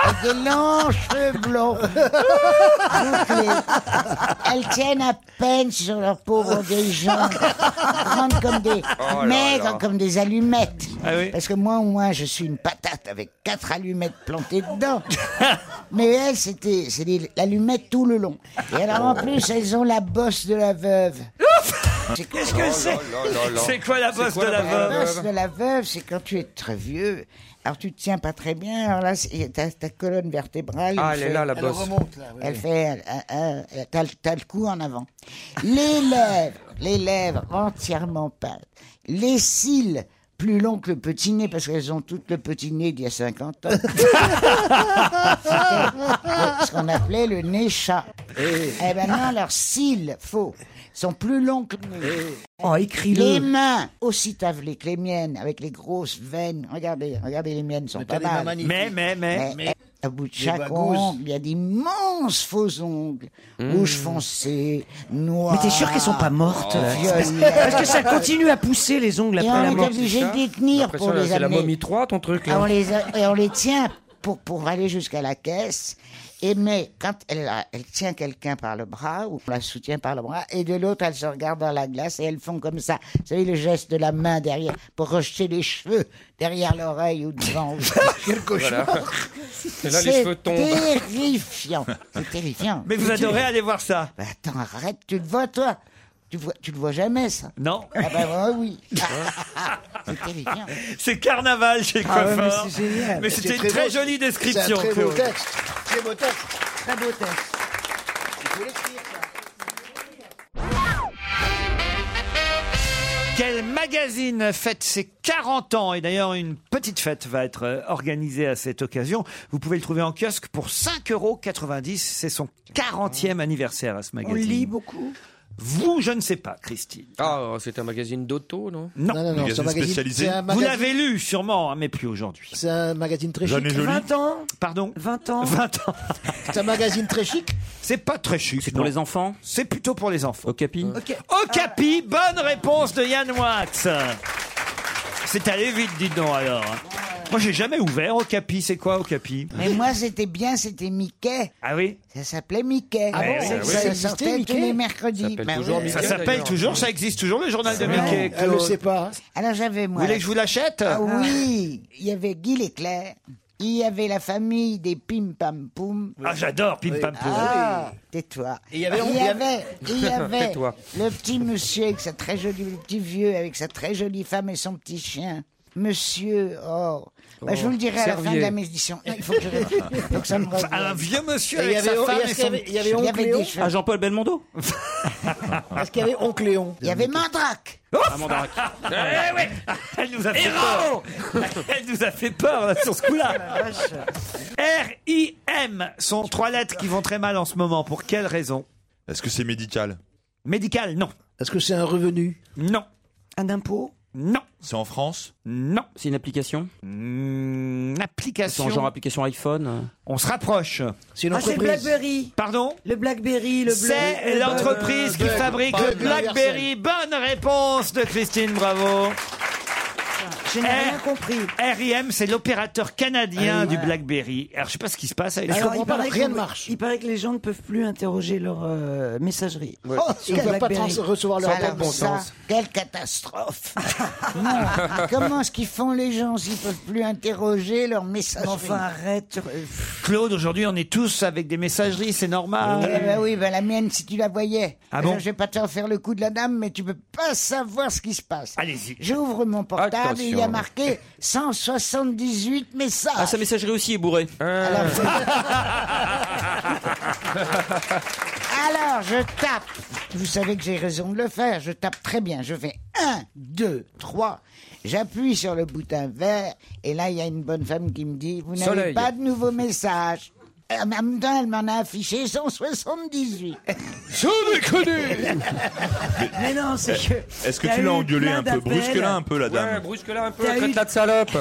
E: Avec des longs cheveux blonds. bouclés. Elles tiennent à peine sur leurs pauvres vieilles jambes. Grandes comme des
M: Oh là
E: maigres,
M: là.
E: comme des allumettes.
M: Ah oui.
E: Parce que moi, au moins, je suis une patate avec quatre allumettes plantées
C: [laughs]
E: dedans. Mais elles, c'était c'est des- l'allumette tout le long. Et alors, en plus, elles ont la bosse de la veuve.
C: Qu'est-ce [laughs] que c'est C'est quoi la bosse de la
E: La bosse
C: veuve
E: de la veuve, c'est quand tu es très vieux. Alors tu te tiens pas très bien. Alors là, c'est- ta, ta colonne vertébrale.
L: Ah, elle est là, la Elle bosse. remonte,
C: Ah
L: là, oui,
E: elle
L: oui.
E: fait. elle- elle- elle- elle- T'as le- t'as le cou en avant.
C: [laughs]
E: Les lèvres, les lèvres entièrement peintes. Les cils plus longs que le petit nez parce qu'elles ont toutes le petit nez d'il y a 50
C: [laughs]
E: ans. C'était ce qu'on appelait le nez chat. Eh ben non, leurs cils faux sont plus longs que le nez.
M: Oh, écris-le.
E: Les mains aussi tavelées que les miennes, avec les grosses veines. Regardez, regardez les miennes sont pas
C: t'as des mains
E: mal. eh,
C: magnifiques. Mais, mais, mais. Mais-
E: Au bout de
C: Des
E: chaque
C: bagouses.
E: ongle, il y a d'immenses faux ongles,
L: Mmh.
E: rouge foncé, noir.
M: Mais t'es sûr qu'elles sont pas mortes là
E: violet.
M: Parce que ça continue à pousser les ongles
E: Et
M: après
E: on
M: la
E: est
M: mort.
E: obligé de les tenir pour les
L: C'est la
E: amener.
L: momie 3, ton truc
E: Ah,
L: là.
E: on les a- et on les tient pour, pour aller jusqu'à la caisse. Et mais quand elle, a- elle tient quelqu'un par le bras, ou on la soutient par le bras, et de l'autre, elle se regarde dans la glace et elles font comme ça. Vous savez, le geste de la main derrière, pour rejeter les cheveux derrière l'oreille ou
L: [laughs]
E: devant. Quel
L: cauchemar. Voilà. Et là, les
E: C'est
L: cheveux tombent.
E: terrifiant. C'est terrifiant.
C: Mais vous
E: Tu-
C: adorez aller voir ça
E: Bah, attends, arrête, tu le vois, toi tu, vois, tu le vois jamais, ça
C: Non.
E: Ah bah, bah, oui. C'est terrifiant.
C: [laughs]
M: Ah,
C: C'est carnaval chez
E: Ah ouais,
C: Coiffeur.
E: mais c'est génial.
C: Mais
E: C'est
C: c'était une
E: très
C: très
E: beau.
C: jolie
F: C'est un
C: description,
F: très beau
C: Claude.
F: texte. Très beau texte. Très beau texte.
C: Quel magazine fête ses 40 ans Et d'ailleurs, une petite fête va être euh, organisée à cette occasion. Vous pouvez le trouver en kiosque pour 5,90 euros. C'est son 40e anniversaire à ce magazine.
L: lit
C: beaucoup Vous, je ne sais pas, Christine.
L: Ah, c'est un magazine d'auto, non
C: Non,
F: non, non, Magazine c'est un magazine- spécialisé. c'est un
C: Vous
F: magazine-
C: l'avez lu sûrement, hein, mais plus aujourd'hui.
F: C'est un magazine très
C: Jeanne
F: chic.
C: et Jolie. 20
F: ans
C: Pardon
F: 20 ans
C: 20 ans.
F: C'est un magazine très chic
C: C'est pas très chic. C'est
G: pour les enfants
C: C'est plutôt pour les enfants.
G: Au capi
C: Au capi, bonne réponse de Yann Watts. C'est allé vite, dis donc alors. hein. Moi, j'ai jamais ouvert au capi. C'est quoi au capi
E: Mais moi, c'était bien, c'était Mickey.
C: Ah oui
E: Ça s'appelait Mickey.
C: Ah bon,
E: Ça-
C: ah oui.
E: Ça
C: Ça
E: sortait
C: existait,
E: tous
C: Mickey
E: les
C: Ça
E: mercredis.
C: s'appelle
E: Bah
C: toujours
E: oui.
C: Mickey, Ça s'appelle d'ailleurs. toujours, ça existe toujours le
F: Ah
C: journal de Mickey.
E: Elle le
C: Claude.
E: sait pas. Alors j'avais moi.
C: Vous voulez que je vous l'achète
E: Ah oui, il y avait Guy Léclair. Il y avait la famille des Pim Pam Poum.
C: Ah, j'adore Pim Pam Poum.
E: Ah, tais-toi.
C: Et il y avait-
E: il y avait,
C: [laughs]
E: il y avait
C: Tais-toi.
E: le petit monsieur avec sa très jolie, le petit vieux avec sa très jolie femme et son petit chien. Monsieur, oh, Bah, je vous le dirai à la fin
C: Servier.
E: de la mission. Non, il faut que je
C: [laughs]
E: il faut que ça me revienne.
F: Ah,
C: Un vieux monsieur
F: Et il y
C: avec sa
F: avait-
C: femme
F: est-ce
C: et
F: qu'il y
C: son...
F: avait- il y avait Oncle Léon
G: Ah, Jean-Paul Belmondo
F: Parce qu'il y avait Oncle Léon.
E: Il y avait Mandrake.
C: [laughs]
G: Mandrake.
C: Ah, Eh ouais Elle nous a fait peur. Elle nous a fait peur là, sur ce [laughs] coup-là. R-I-M sont trois lettres qui vont très mal en ce moment. Pour quelle raison
H: Est-ce que c'est médical
C: Médical, non.
F: Est-ce que c'est un revenu
C: Non.
M: Un impôt
C: Non.
H: C'est en France
C: Non.
G: C'est une application
C: Mmh, Application.
G: C'est en genre application iPhone euh
C: On se rapproche.
F: C'est
M: Ah, c'est Blackberry.
C: Pardon
M: Le Blackberry, le
C: C'est
M: bleu-
C: l'entreprise qui
M: bleu-
C: fabrique
M: bleu-
C: le
M: bleu-
C: BlackBerry. Bonne réponse de Christine, bravo.
M: Je n'ai rien compris.
C: RIM, c'est l'opérateur canadien
M: Ah oui.
C: du
M: Voilà.
C: BlackBerry. Alors, je sais pas ce qui se passe avec
M: Alors, il paraît que-
F: ne marche.
M: Il paraît que les gens ne peuvent plus interroger leur euh, messagerie.
F: Oh, ils
M: Sur
F: ne peuvent pas
M: BlackBerry.
F: trans- recevoir leur
E: Ça, alors,
F: bon
E: ça,
F: sens.
E: Quelle catastrophe [laughs] Non, Comment est-ce qu'ils font les gens s'ils peuvent plus interroger leur message
M: Enfin, arrête.
C: Claude, aujourd'hui, on est tous avec des messageries, c'est normal.
E: Eh ben oui, ben la mienne, si tu la voyais.
C: Ah bon
E: Je vais pas te faire faire le coup de la dame, mais tu peux pas savoir ce qui se passe.
C: Allez-y.
E: J'ouvre mon portable et il y a
G: Attention.
E: marqué 178 messages.
G: Ah, sa messagerie aussi est bourrée.
E: Alors, Alors je tape. Vous savez que j'ai raison de le faire. Je tape très bien. Je fais 1, 2, 3. J'appuie sur le bouton vert. Et là, il y a une bonne femme qui me dit, vous n'avez
P: Soleil.
E: pas de nouveau message. En même temps, elle m'en a affiché
H: [laughs]
E: 178.
F: Je
E: déconne
M: Mais non, c'est que.
H: Est-ce que
M: t'as
H: tu l'as
M: eu
H: engueulé
M: plein
H: un peu
M: d'appels.
H: Brusque-la un peu, la dame.
L: Ouais, brusque-la un peu,
M: T'as eu-
L: traite-la de salope.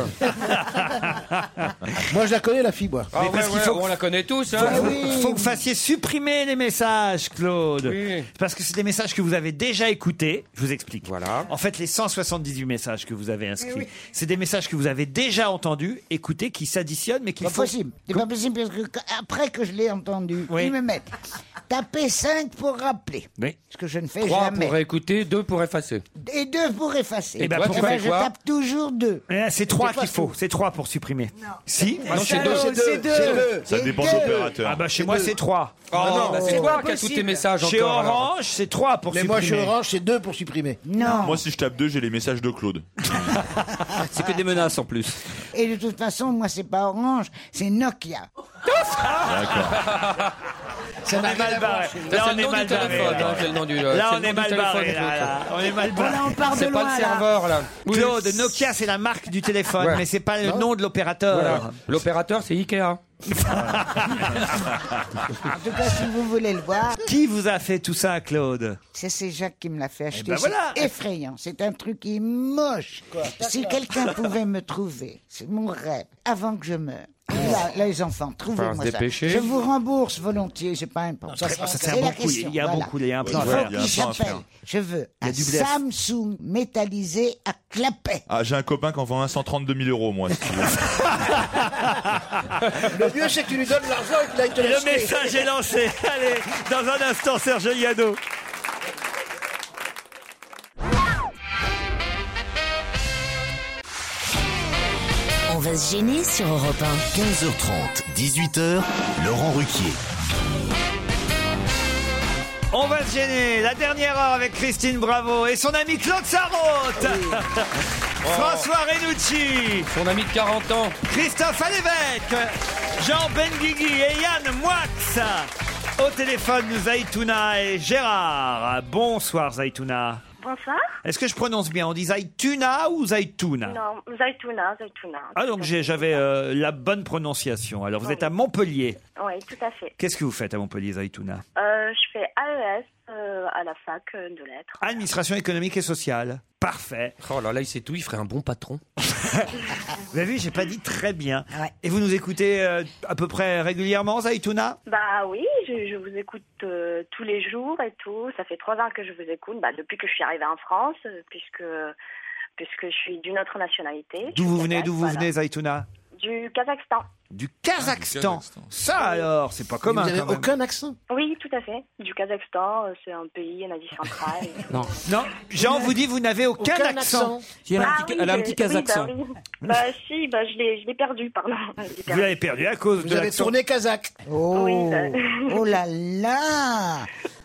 F: Moi, je la connais, la fille, moi.
L: Ah ouais, ouais, on la connaît tous. Hein.
C: Faut, faut que vous fassiez supprimer les messages, Claude.
L: Oui.
C: Parce que c'est des messages que vous avez déjà écoutés. Je vous explique. Voilà. En fait, les 178 messages que vous avez inscrits, c'est des messages que vous avez déjà entendus, écoutés, qui s'additionnent, mais qui
E: Pas possible. C'est pas possible parce que quand- après que je l'ai entendu,
C: Oui.
E: ils me mettent taper 5 pour rappeler. Ce que je ne fais
L: Trois
E: jamais.
L: pour écouter, deux pour effacer.
E: Et 2 pour effacer.
L: Et
E: Eh
L: ben,
E: ben,
L: toi, tu fais
E: je
L: quoi
E: tape toujours 2.
C: Eh, C'est 3 qu'il faut. C'est 3 pour supprimer. Non. Si
E: Non, c'est deux, c'est deux, c'est deux. Ça dépend de
C: Ah bah chez moi, c'est 3.
L: Oh, non, bah, c'est toi qui as tous tes messages
C: Chez
L: encore, alors.
C: Orange, c'est 3 pour
F: Mais moi,
C: supprimer.
F: chez Orange, c'est deux pour supprimer.
H: Moi, si je tape deux, j'ai les messages de Claude.
G: [laughs] C'est que des menaces en plus.
E: Et de toute façon, moi, c'est pas Orange, c'est Nokia.
C: Ça on est mal barré.
L: [laughs] Ça,
C: Là,
L: c'est
C: on
L: le
C: est
L: nom
C: mal
L: du
C: barré.
L: téléphone, hein, c'est le nom du- euh,
C: Là,
L: c'est le
C: on
L: nom
C: est
L: du
C: mal
L: téléphone,
C: barré.
L: Claude.
C: là, là. On est mal barré.
L: Voilà, on part de C'est pas loin, le là. serveur, là.
C: Claude, Nokia, c'est la marque du téléphone,
L: Ouais.
C: mais c'est pas le
L: Non.
C: nom de l'opérateur.
L: Voilà. Ah, L'opérateur, c'est Ikea.
E: En tout cas, si vous voulez le voir,
C: Qui vous a fait tout ça, Claude
E: ça, c'est Jacques qui me l'a fait acheter.
C: ben voilà.
E: C'est effrayant. C'est un truc qui est moche. Si quelqu'un pouvait me trouver, c'est mon rêve, avant que je meure. Là, là, les enfants, trouvez-moi
L: se
E: ça.
L: dépêcher.
E: Je vous rembourse volontiers, c'est pas important.
C: ça, ça, ça, c'est un
E: la
C: bon coup. Il y a
E: question,
C: un bon coup, il y a un prix.
E: Il
C: Ouais,
E: faut
H: il y a un
E: qu'il
H: plan à
E: s'appelle.
H: faire.
E: Je veux
H: Il y a
E: un
H: du blef.
E: Samsung métallisé à clapet.
H: Ah, j'ai un copain qui en vend un 132 000 euros, moi. si tu [laughs] veux.
F: Le mieux, c'est que tu lui donnes l'argent et qu'il aille te
C: Le
F: l'acheter.
C: message est lancé. Allez, dans un instant, Serge Liano.
A: On va se gêner sur Europe 1.
B: 15h30, 18h, Laurent Ruquier.
C: On va se gêner. La dernière heure avec Christine Bravo et son ami Claude Sarraute. [laughs] François Renucci.
L: Oh. Son ami de 40 ans.
C: Christophe Alévèque. Jean Benguigui et Yann Moix. Au téléphone, Zaitouna et Gérard. Bonsoir, Zaitouna.
N: Bonsoir.
C: Est-ce que je prononce bien On dit Zaitouna ou Zaitouna
N: Non, Zaitouna, Zaitouna.
C: Ah, donc j'ai- j'avais euh, la bonne prononciation. Alors,
N: Ah
C: vous êtes à Montpellier.
N: Oui, tout à fait.
C: Qu'est-ce que vous faites à Montpellier, Zaitouna
N: Euh, je fais AES euh, à la fac euh, de lettres.
C: Administration économique et sociale. Parfait.
L: Oh là là, il sait tout, il ferait un bon patron.
C: [laughs] Vous avez vu, j'ai pas dit très bien.
N: Ah
C: Et vous nous écoutez euh, à peu près régulièrement, Zaitouna
N: Bah oui, je, je vous écoute euh, tous les jours et tout. Ça fait trois ans que je vous écoute, bah, depuis que je suis arrivée en France, euh, puisque, puisque je suis d'une autre nationalité.
C: D'où vous venez D'où vous
N: Voilà.
C: venez, Zaitouna
N: Du Kazakhstan.
C: Du Kazakhstan. Ça alors, c'est pas commun.
F: Vous avez
C: quand même.
F: aucun accent.
N: Oui, tout à fait. Du Kazakhstan, euh, c'est un pays en Asie centrale.
C: Non. Jean vous dit, vous n'avez aucun,
N: Aucun
C: accent.
N: accent. Si, elle a un Ah petit- oui, elle a un je- petit oui, Kazakhstan. bah oui. bah si, bah, je l'ai je l'ai perdu, pardon. Je l'ai
C: Vous l'avez perdu à cause
F: Vous
C: de
F: avez
C: l'accent.
F: tourné kazakh.
E: Oh,
N: Oui, ça-
E: oh là
N: [laughs]
E: là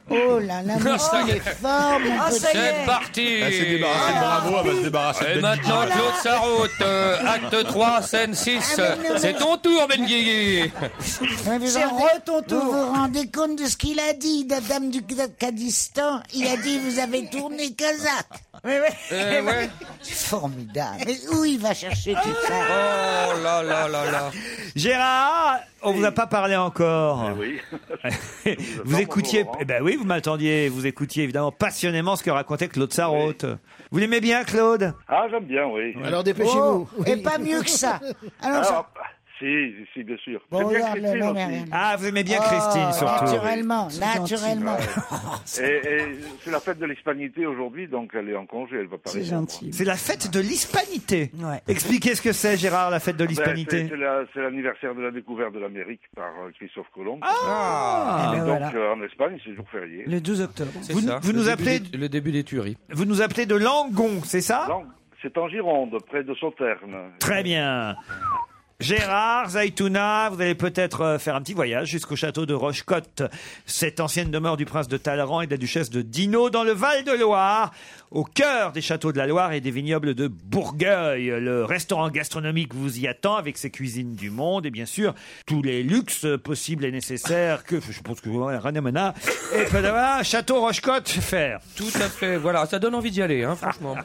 E: Oh là là, mais
L: Ah, ça
E: il
L: y est.
E: est fort, mon
L: Ah,
E: petit.
L: ça y est. C'est parti.
H: Elle s'est débarrassée Ah, de Bravo, elle va se débarrasser de
L: Et
H: Ben
L: maintenant,
H: Guigui.
L: Claude Sarraute, euh, acte 3, scène 6. C'est ton tour, Ben [laughs] Guigui.
E: Mais vous
M: C'est
E: rendez-
M: reton tour.
E: Vous vous rendez compte de ce qu'il a dit, la dame du Kazakhstan Il a dit, vous avez tourné Kazakh. Mais ouais.
L: Eh
F: ben,
L: ouais.
E: Formidable. [laughs] Mais où il va chercher tout
L: Oh
E: ça
C: [laughs]
L: là là là là.
C: Gérard, on vous a pas parlé encore. [laughs] vous écoutiez, eh ben oui, vous m'attendiez, vous écoutiez évidemment passionnément ce que racontait Claude Sarraute. Vous l'aimez bien, Claude
Q: Ah, j'aime bien, oui.
F: Alors, dépêchez-vous.
E: Oh, Et pas mieux que ça. Alors,
Q: Alors,
E: ça-
Q: [laughs] si, si, bien sûr.
E: Bon,
Q: J'aime bien
E: regarde,
Q: Christine
E: non, mais
Q: aussi.
E: rien.
C: Ah, vous aimez bien Christine, surtout.
E: Naturellement, naturellement.
Q: Et, et c'est la fête de l'hispanité aujourd'hui, donc elle est en congé, elle va pas répondre.
C: C'est la fête de l'hispanité. Expliquez ce que c'est, Gérard, la fête de
Q: Ben,
C: l'hispanité.
Q: c'est- c'est la- c'est l'anniversaire de la découverte de l'Amérique par euh, Christophe Colomb.
C: Ah.
Q: Et
C: Eh ben
Q: donc
C: voilà.
Q: euh, en Espagne, c'est jour férié.
C: 12 octobre.
L: C'est
C: Vous,
L: ça,
C: vous
L: le
C: nous
L: début
C: appelez,
L: des- Le début des tueries.
C: vous nous appelez de Langon, c'est ça
Q: C'est en Gironde, près de Sauternes.
C: Très bien. Gérard, Zaitouna, vous allez peut-être euh, faire un petit voyage jusqu'au château de Rochecotte, cette ancienne demeure du prince de Talleyrand et de la duchesse de Dino dans le Val-de-Loire, au cœur des châteaux de la Loire et des vignobles de Bourgueil. Le restaurant gastronomique vous y attend avec ses cuisines du monde et bien sûr tous les luxes possibles et nécessaires que je pense que vous aurez rien à mener. Et peut château Rochecotte faire. Ah,
L: Tout à fait, voilà, ça donne envie d'y aller, hein, franchement.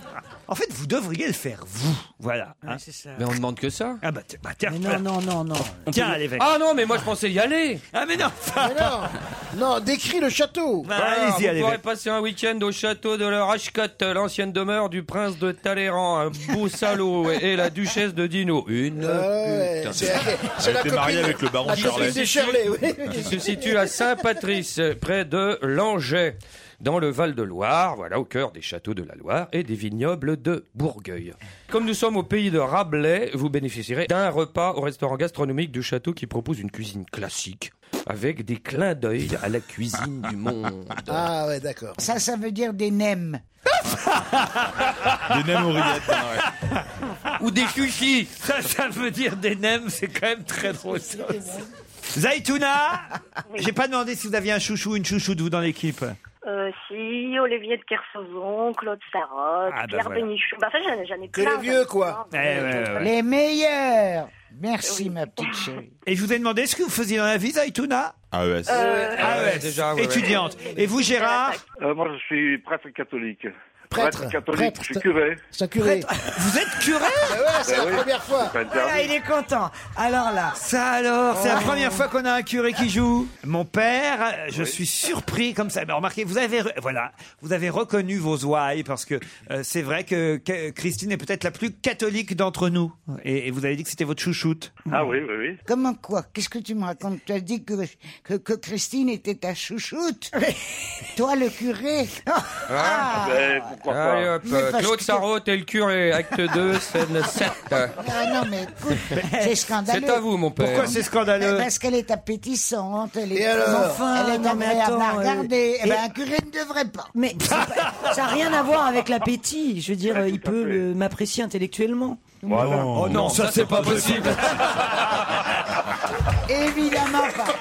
C: En fait, vous devriez le faire, vous. Voilà. hein.
L: Mais on demande que ça.
C: Ah bah, t- bah, tiens.
L: non, non, non, non.
C: Tiens, allez, l'évêque.
L: Ah non, mais moi je pensais y aller.
C: Ah mais non. [laughs]
F: non, non, décris le château.
C: Ah,
L: Ah, vous pourrez passer un week-end au château de la Rachcotte, l'ancienne demeure du prince de Talleyrand,
F: [laughs]
L: un beau salaud, et, et la duchesse de Dino. Une
F: Ah ouais,
L: putain.
F: c'est- c'est Elle la était mariée copine- avec le baron la copine Charlet. des Charlet, oui.
L: Qui se situe à Saint-Patrice, près de Langeais. Dans le Val-de-Loire, voilà, au cœur des châteaux de la Loire et des vignobles de Bourgueil. Comme nous sommes au pays de Rabelais, vous bénéficierez d'un repas au restaurant gastronomique du château qui propose une cuisine classique avec des clins d'œil à la cuisine du monde.
F: Ah ouais, d'accord.
E: Ça, ça veut dire des nems.
L: Des nems Ou des sushis.
C: Ça, ça veut dire des nems, c'est quand même très drôle. ça. Zaitouna, j'ai pas demandé si vous aviez un chouchou ou une chouchou de vous dans l'équipe.
N: Euh, si, Olivier de Kersauzon, Claude Sarot,
C: Ah, bah
N: Pierre
C: voilà.
N: Bénichou. Bah, enfin, j'en ai, j'en ai
C: Que
N: plein.
C: les vieux, quoi.
N: j'en ai plein.
C: Eh, ouais, ouais, ouais.
E: Les meilleurs. Merci, ma petite chérie.
C: Et je vous ai demandé ce que vous faisiez dans la vie, Zaitouna
H: AES.
C: Euh, AES,
H: déjà, ouais, ouais.
C: étudiante. Et vous, Gérard
Q: Euh, Moi, je suis prêtre catholique.
C: Prêtre,
Q: catholique,
C: prêtre. Ah,
Q: je suis curé. Ben
F: C'est un curé.
C: Vous êtes curé
M: Eh
F: c'est la première fois.
Q: Eh C'est pas interdit.
M: Voilà, il est content. Alors là.
C: Ça alors, c'est la
M: Oh.
C: première fois qu'on a un curé qui joue. Mon père, euh, je suis surpris comme ça. Mais remarquez, vous avez, re- voilà, vous avez reconnu vos ouailles parce que euh, c'est vrai que, que Christine est peut-être la plus catholique d'entre nous. Et, et vous avez dit que c'était votre chouchoute.
Q: Ah oui, oui, oui.
E: Comment quoi Qu'est-ce que tu me racontes Tu as dit que, que, que Christine était ta chouchoute. Toi, le curé. Ah.
Q: Ben, pourquoi pas
L: Allez, hop,
E: Mais parce
L: Claude
E: que-
L: Sarraute et le curé, acte 2, scène 7.
E: Ah non, mais
L: [laughs]
E: écoute, c'est scandaleux.
L: C'est à vous, mon père. Pourquoi c'est scandaleux
E: Mais Parce qu'elle est appétissante, elle est,
M: Et alors
E: enfin, elle est
M: Ah, Non, mais
E: agréable à
M: attends, euh,
E: regarder. Eh
M: et-
E: ben, un curé ne devrait pas.
M: Mais c'est pas- ça n'a rien à voir avec l'appétit. Je veux dire, il peut euh, m'apprécier intellectuellement.
L: Oh non, ça, c'est pas possible.
E: [laughs] Évidemment pas.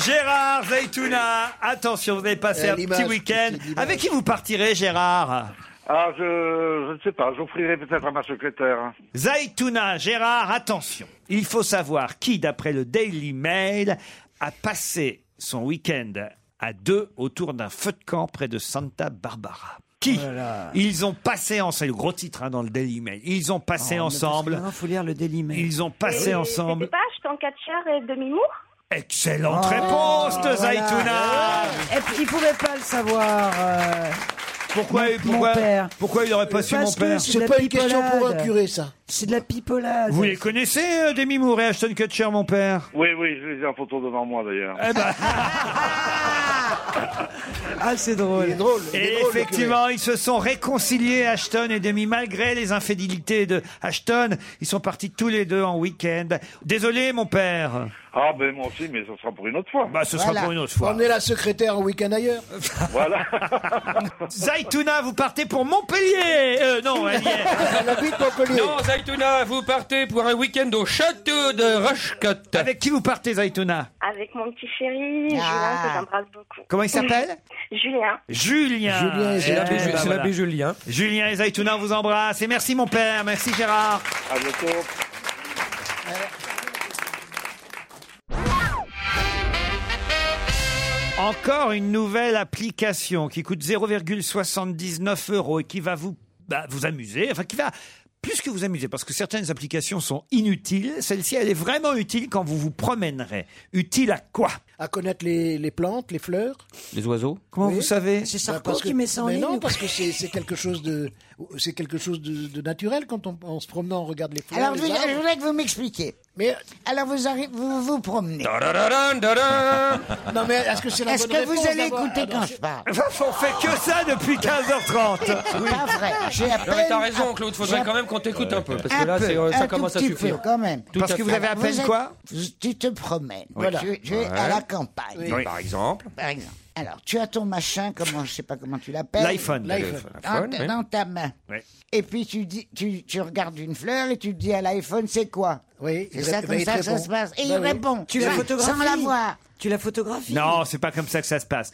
C: Gérard Zaitouna, attention, vous avez passé
Q: Euh,
C: un
Q: l'image,
C: petit week-end. Avec qui vous partirez, Gérard
Q: Ah, je, je ne sais pas. J'offrirai peut-être à ma secrétaire.
C: Zaitouna, Gérard, attention. Il faut savoir qui, d'après le Daily Mail, a passé son week-end à deux autour d'un feu de camp près de Santa Barbara. Qui Ils ont passé ensemble, c'est le gros titre hein, dans le Daily Mail. Ils ont
M: Oh,
C: passé ensemble.
M: Il faut lire le Daily Mail.
C: Ils ont passé
N: Et
C: ensemble.
N: C'était pas Ashton Catcher et demi-mour
C: Excellente
M: Oh,
C: réponse de
M: voilà. Ah,
C: Zaitouna.
M: Et puis, il pouvait pas le savoir. euh,
C: Pourquoi,
M: mon-
C: pourquoi-
M: mon père.
C: pourquoi il aurait pas su
M: Parce
C: mon
M: que
C: père
M: de
F: C'est
M: la
F: pas une question
M: pipolade.
F: pour un curé, ça.
M: C'est de la pipolade.
C: Vous les connaissez, euh, Demi Moore et Ashton Kutcher, mon père
Q: Oui, oui, je les ai en photo devant moi d'ailleurs.
C: Eh ben.
M: [laughs] Ah, c'est drôle.
C: Et effectivement, ils se sont réconciliés, Ashton et Demi, malgré les infidélités de Ashton. Ils sont partis tous les deux en week-end. Désolé, mon père.
Q: Ah, ben moi aussi, mais ce sera pour une autre fois.
C: Bah, ce sera pour une autre fois.
F: Emmenez la secrétaire en week-end ailleurs.
C: [laughs]
Q: Voilà.
C: Zaitouna, vous partez pour Montpellier. Euh, non, elle y est.
L: Non, Zaitouna, vous partez pour un week-end au château de Rochecotte.
C: Avec qui vous partez, Zaitouna
N: Avec mon petit chéri,
M: Ah.
N: Julien, que j'embrasse beaucoup.
C: Comment il s'appelle
N: [laughs] Julien.
C: Julien.
L: Julien et
C: Eh
L: C'est l'abbé
C: ben,
L: Ju- c'est
C: voilà.
L: l'abbé Julien.
C: Julien et Zaitouna, on vous embrasse. Et merci, mon père. Merci, Gérard.
Q: À bientôt.
C: Encore une nouvelle application qui coûte 0,79 euros et qui va vous, bah, vous amuser, enfin qui va plus que vous amuser, parce que certaines applications sont inutiles. Celle-ci, elle est vraiment utile quand vous vous promènerez. Utile à quoi
F: À connaître les, les plantes, les fleurs. Bah,
G: Les oiseaux
C: Comment vous savez
F: C'est
M: Sarko qui met ça en ligne
F: Non,
M: ou
F: parce que c'est c'est quelque chose de, c'est quelque chose de, de naturel quand on, en se promenant on regarde les fleurs.
E: Alors,
F: les
E: je, je
F: arbres.
E: voudrais que vous m'expliquiez. Alors, vous arrivez, vous vous promenez. [laughs]
F: Non mais est-ce que c'est la
E: Est-ce
F: bonne
E: que vous
F: réponse
E: allez
F: d'abord
E: écouter
F: Ah, non,
E: quand
F: je-
E: je parle
C: On fait que ça depuis 15h30.
E: C'est Pas vrai. J'ai à
L: Non, mais t'as
E: peine-
L: raison, Claude, faudrait
E: j'ai
L: quand même qu'on t'écoute un peu. Parce
E: Un
L: que là,
E: peu,
L: c'est, euh,
E: un
L: ça
E: tout
L: commence à
E: petit peu,
L: suffire.
E: quand même.
L: Tout à fait.
E: Alors, vous êtes- vous- Tu te promènes.
L: Voilà.
E: Tu, tu es
L: Ouais.
E: à la campagne.
L: Oui, Par exemple.
E: Par exemple. Alors, tu as ton machin, comment, je sais pas comment tu l'appelles.
C: L'iPhone. L'iPhone.
E: Dans, ta-
C: L'iPhone,
E: dans
C: oui.
E: ta main.
C: Ouais.
E: Et puis tu dis, tu, tu regardes une fleur et tu te dis à l'iPhone, c'est quoi
F: Oui.
E: C'est
F: il
E: ça
F: ré-
E: comme
F: bah, il
E: ça
F: te
E: que ça
F: répond.
E: se passe. Et
F: Bah
E: il
F: oui.
E: répond.
F: Tu la
E: Sans
F: photographies
E: la voir.
M: Ah, Tu la photographies
C: Non, c'est pas comme ça que ça se passe.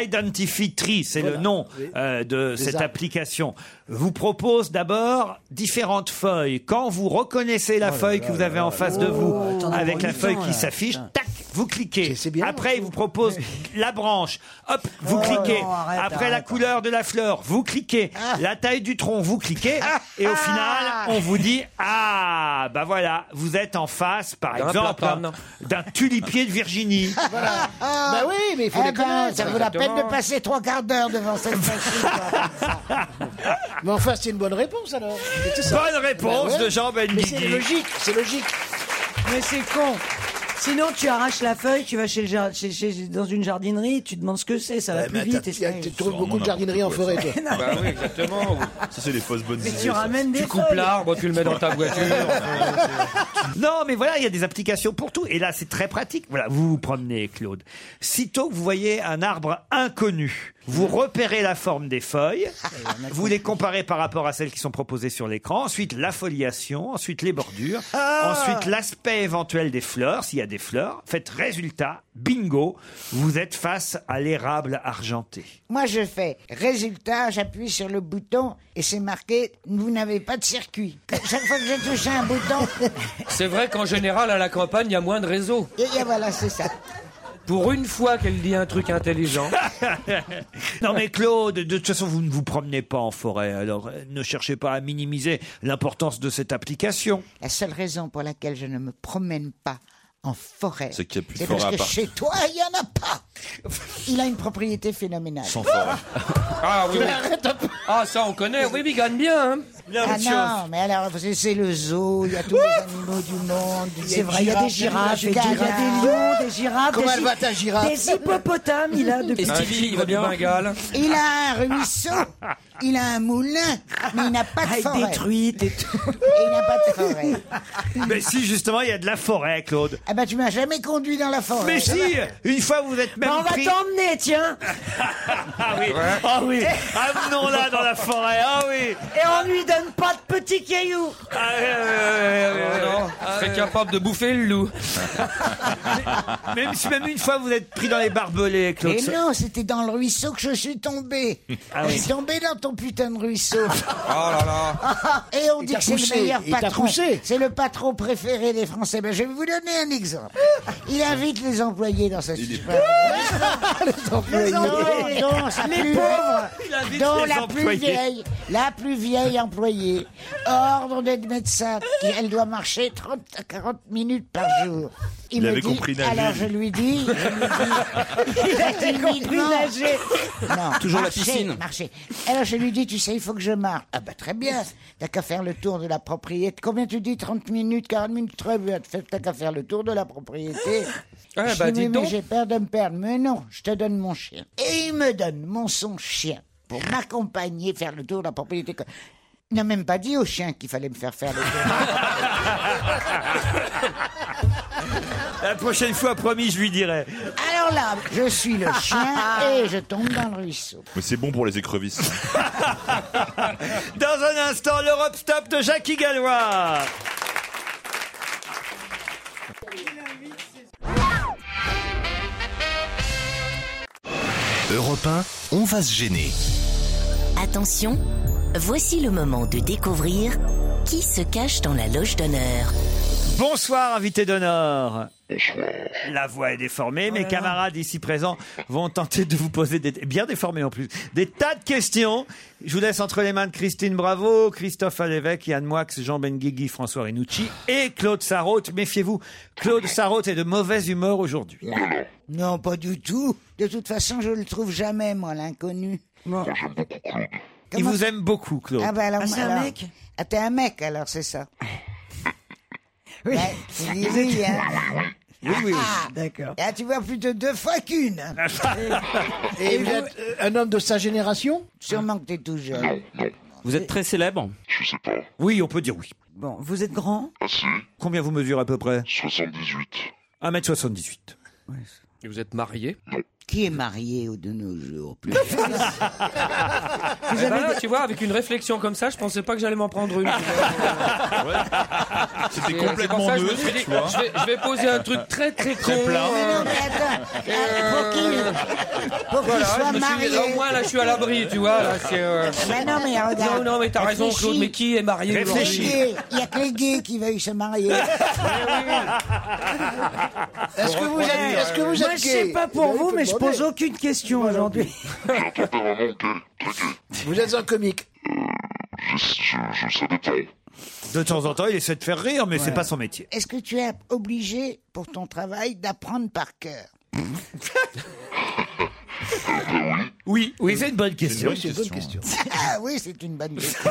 C: Identify Tree, c'est le nom euh, de cette
M: arbres.
C: application, vous propose d'abord différentes feuilles. Quand vous reconnaissez
M: Oh
C: la feuille que vous avez en face de vous, avec la feuille qui s'affiche, tac, vous cliquez. Après, il vous propose la branche. Hop, vous cliquez.
M: Oh, non, arrête,
C: Après, la
M: arrête. Ah.
C: couleur de la fleur, vous cliquez. La taille du tronc, vous cliquez. Et au final, on vous dit, ah, bah voilà, vous êtes en face, par
L: D'un
C: exemple, hein,
L: platane.
C: d'un tulipier de Virginie.
E: [laughs] Voilà.
F: Bah oui, mais il faut
E: eh
F: les
E: ben,
F: connaître.
E: ça vaut la peine
F: Exactement.
E: de passer trois quarts d'heure devant cette
L: [laughs]
E: machine.
F: Mais enfin, c'est une bonne réponse alors. C'est ça.
C: Bonne réponse
F: Bah ouais.
C: de Jean Ben Benguigui.
F: Mais c'est logique, c'est logique.
M: Mais c'est con. Sinon, tu arraches la feuille, tu vas chez le jar- chez- chez- dans une jardinerie, tu demandes ce que c'est, ça va plus vite. et-
F: Tu trouves beaucoup de jardinerie en
M: [laughs]
F: forêt, toi.
L: Bah oui, exactement.
H: Ça, c'est les fausses bonnes
M: Mais
H: idées.
M: tu
H: ça.
M: ramènes des
L: Tu coupes
M: feuilles.
L: l'arbre, tu le mets dans ta [laughs] voiture.
C: [laughs] Non, mais voilà, il y a des applications pour tout. Et là, c'est très pratique. Voilà, vous vous promenez, Claude. Sitôt que vous voyez un arbre inconnu, vous repérez la forme des feuilles, vous les comparez par rapport à celles qui sont proposées sur l'écran, ensuite la foliation, ensuite les bordures, ensuite l'aspect éventuel des fleurs, s'il y a des fleurs. Faites résultat, bingo, vous êtes face à l'érable argenté.
E: Moi, je fais résultat, j'appuie sur le bouton et c'est marqué vous n'avez pas de circuit. Chaque fois que je touchais un bouton, [laughs]
L: C'est vrai qu'en général, à la campagne, il y a moins de réseaux.
E: et, et voilà, c'est ça.
L: Pour une fois qu'elle dit un
H: [laughs]
L: truc intelligent.
C: non mais Claude, de toute façon vous ne vous promenez pas en forêt, alors euh, ne cherchez pas à minimiser l'importance de cette application.
E: La seule raison pour laquelle je ne me promène pas en forêt,
C: C'est qu'il y a plus de
E: parce
C: forêt
E: que
C: à part.
E: chez toi, il n'y en a pas. Il a une propriété phénoménale.
H: Sans forêt.
L: Ah oui, oui. Ah ça, on connaît. Oui, mais il gagne bien. hein.
E: Ah non, mais alors, c'est c'est le zoo, il y a tous les animaux du monde.
M: C'est vrai, il y a des girafes, il y a des lions, des girafes,
E: Comment
M: des,
E: elle
M: hi-
E: va, ta girafe
M: des hippopotames, il a depuis.
L: Un tigre du Bengale.
E: Il a un ruisseau, il a un moulin, mais il n'a pas de
M: Avec
E: forêt.
M: Ah, des truites et tout.
E: Et il
M: [laughs]
E: n'a pas de forêt.
C: [laughs] Mais si justement il y a de la forêt, Claude.
E: Ah ben, tu m'as jamais conduit dans la forêt.
C: Mais si, une fois vous êtes même
M: Bah, on va
C: pris.
M: t'emmener, tiens
C: Ah oui, ah oui, amenons-la dans la forêt. Ah oui.
M: Et on lui donne pas de petits cailloux
C: Ah, ouais, ouais, ouais, ouais, ouais, ouais.
L: Oh, Non, je serais capable de bouffer le loup.
C: Même si même une fois vous êtes pris dans les barbelés, Claude.
E: Mais non, c'était dans le ruisseau que je suis tombé.
C: Ah oui.
E: Je suis tombé dans ton putain de ruisseau.
L: Oh là là.
E: [laughs] Et on
F: Il
E: dit
F: t'a
E: que c'est le
F: poussé,
E: meilleur
F: il t'a
E: patron.
F: poussé.
E: C'est le patron préféré des Français. Ben, je vais vous donner un exemple. Il invite les employés dans sa super. [laughs]
F: employés.
E: dont sa
M: Les
E: plus-
M: pauvres.
C: Il invite
E: dont
C: les
E: la plus
C: employés.
E: vieille, la plus vieille employée, ordre de médecin, qui- elle doit marcher 30 à 40 minutes par jour.
H: Il
E: me
H: avait
E: dit-
H: compris nager.
E: Alors je lui dis, je lui dis,
M: Il a compris
E: timidement,
M: nager
E: non,
G: Toujours la
E: marcher,
G: piscine.
E: Marcher. Alors je lui dis, tu sais, il faut que je marche. Ah bah très bien. T'as qu'à faire le tour de la propriété. Combien tu dis 30 minutes, 40 minutes, très bien. T'as qu'à faire le tour de la propriété.
L: Ah,
E: Je
L: bah,
E: dis,
L: dis
E: mais
L: donc.
E: j'ai peur de me perdre. Mais non, je te donne mon chien. Et il me donne mon son chien pour m'accompagner faire le tour de la propriété. Il n'a même pas dit au chien qu'il fallait me faire faire le tour.
C: La prochaine fois, promis, je lui dirai.
E: Alors là, je suis le
C: [laughs]
E: chien et je tombe dans le ruisseau.
H: Mais c'est bon pour les écrevisses.
C: Dans un instant, l'Europe Stop de Jackie Gallois.
B: Europe 1, on va se gêner.
A: Attention, voici le moment de découvrir qui se cache dans la loge d'honneur.
C: Bonsoir, invité d'honneur. La voix est déformée. Mes camarades ici présents vont tenter de vous poser des, bien déformés en plus, des tas de questions. Je vous laisse entre les mains de Christine Bravo, Christophe Alévèque, Yann Moix, Jean Benguigui, François Renucci et Claude Sarraute. Méfiez-vous, Claude Sarraute est de mauvaise humeur aujourd'hui.
E: Non, pas du tout. De toute façon, je le trouve jamais, moi, l'inconnu.
C: Il vous aime beaucoup, Claude.
E: Ah bah alors,
M: Ah, c'est un
E: alors-
M: mec
E: Ah, t'es un mec, alors, c'est ça.
M: Oui.
E: Ouais, tu dis oui, hein.
C: Oui, oui.
M: D'accord.
E: Ah, tu vois plus de deux fois qu'une.
C: [laughs]
F: Et vous êtes euh, un homme de sa génération
E: Sûrement que t'es tout jeune.
G: Vous êtes très célèbre.
C: Oui, on peut dire oui.
M: Bon, vous êtes grand
C: Combien vous mesurez à peu près
P: 78.
C: 1m78.
L: Et vous êtes marié
E: Qui est marié au de nos jours plus
L: [laughs] Eh ben là, Tu vois, avec une réflexion comme ça, je pensais pas que j'allais m'en prendre une.
H: C'était
L: Et c'est pour
H: complètement
L: ça que je me
H: neutre,
L: suis dit,
H: tu vois.
L: Je vais, je vais poser un truc très très con.
H: Très plat.
L: euh,
E: Mais attends,
L: euh,
E: pour qu'il
L: voilà,
E: soit
L: je me suis dit,
E: marié.
L: au moins là je suis à l'abri, tu vois. Là, c'est, euh,
E: Bah non, mais regarde.
L: Non, non, mais t'as raison,
E: Réfléchis.
L: Claude, mais qui est marié aujourd'hui
E: Il y a que les gays qui veulent se marier.
M: Est-ce que vous êtes,
E: est-ce que vous
M: Moi,
E: êtes
M: je sais
E: gay
M: pas pour
E: Ben,
M: vous,
E: faut
M: mais je
E: demander.
M: pose aucune question aujourd'hui.
F: Vous êtes un comique.
C: De temps en temps, il essaie de faire rire, mais c'est pas son métier.
E: Est-ce que tu es obligé, pour ton travail, d'apprendre par cœur
P: Oui, oui, c'est une bonne question.
E: Oui, c'est une bonne
P: question.
E: Ah oui, c'est une bonne question.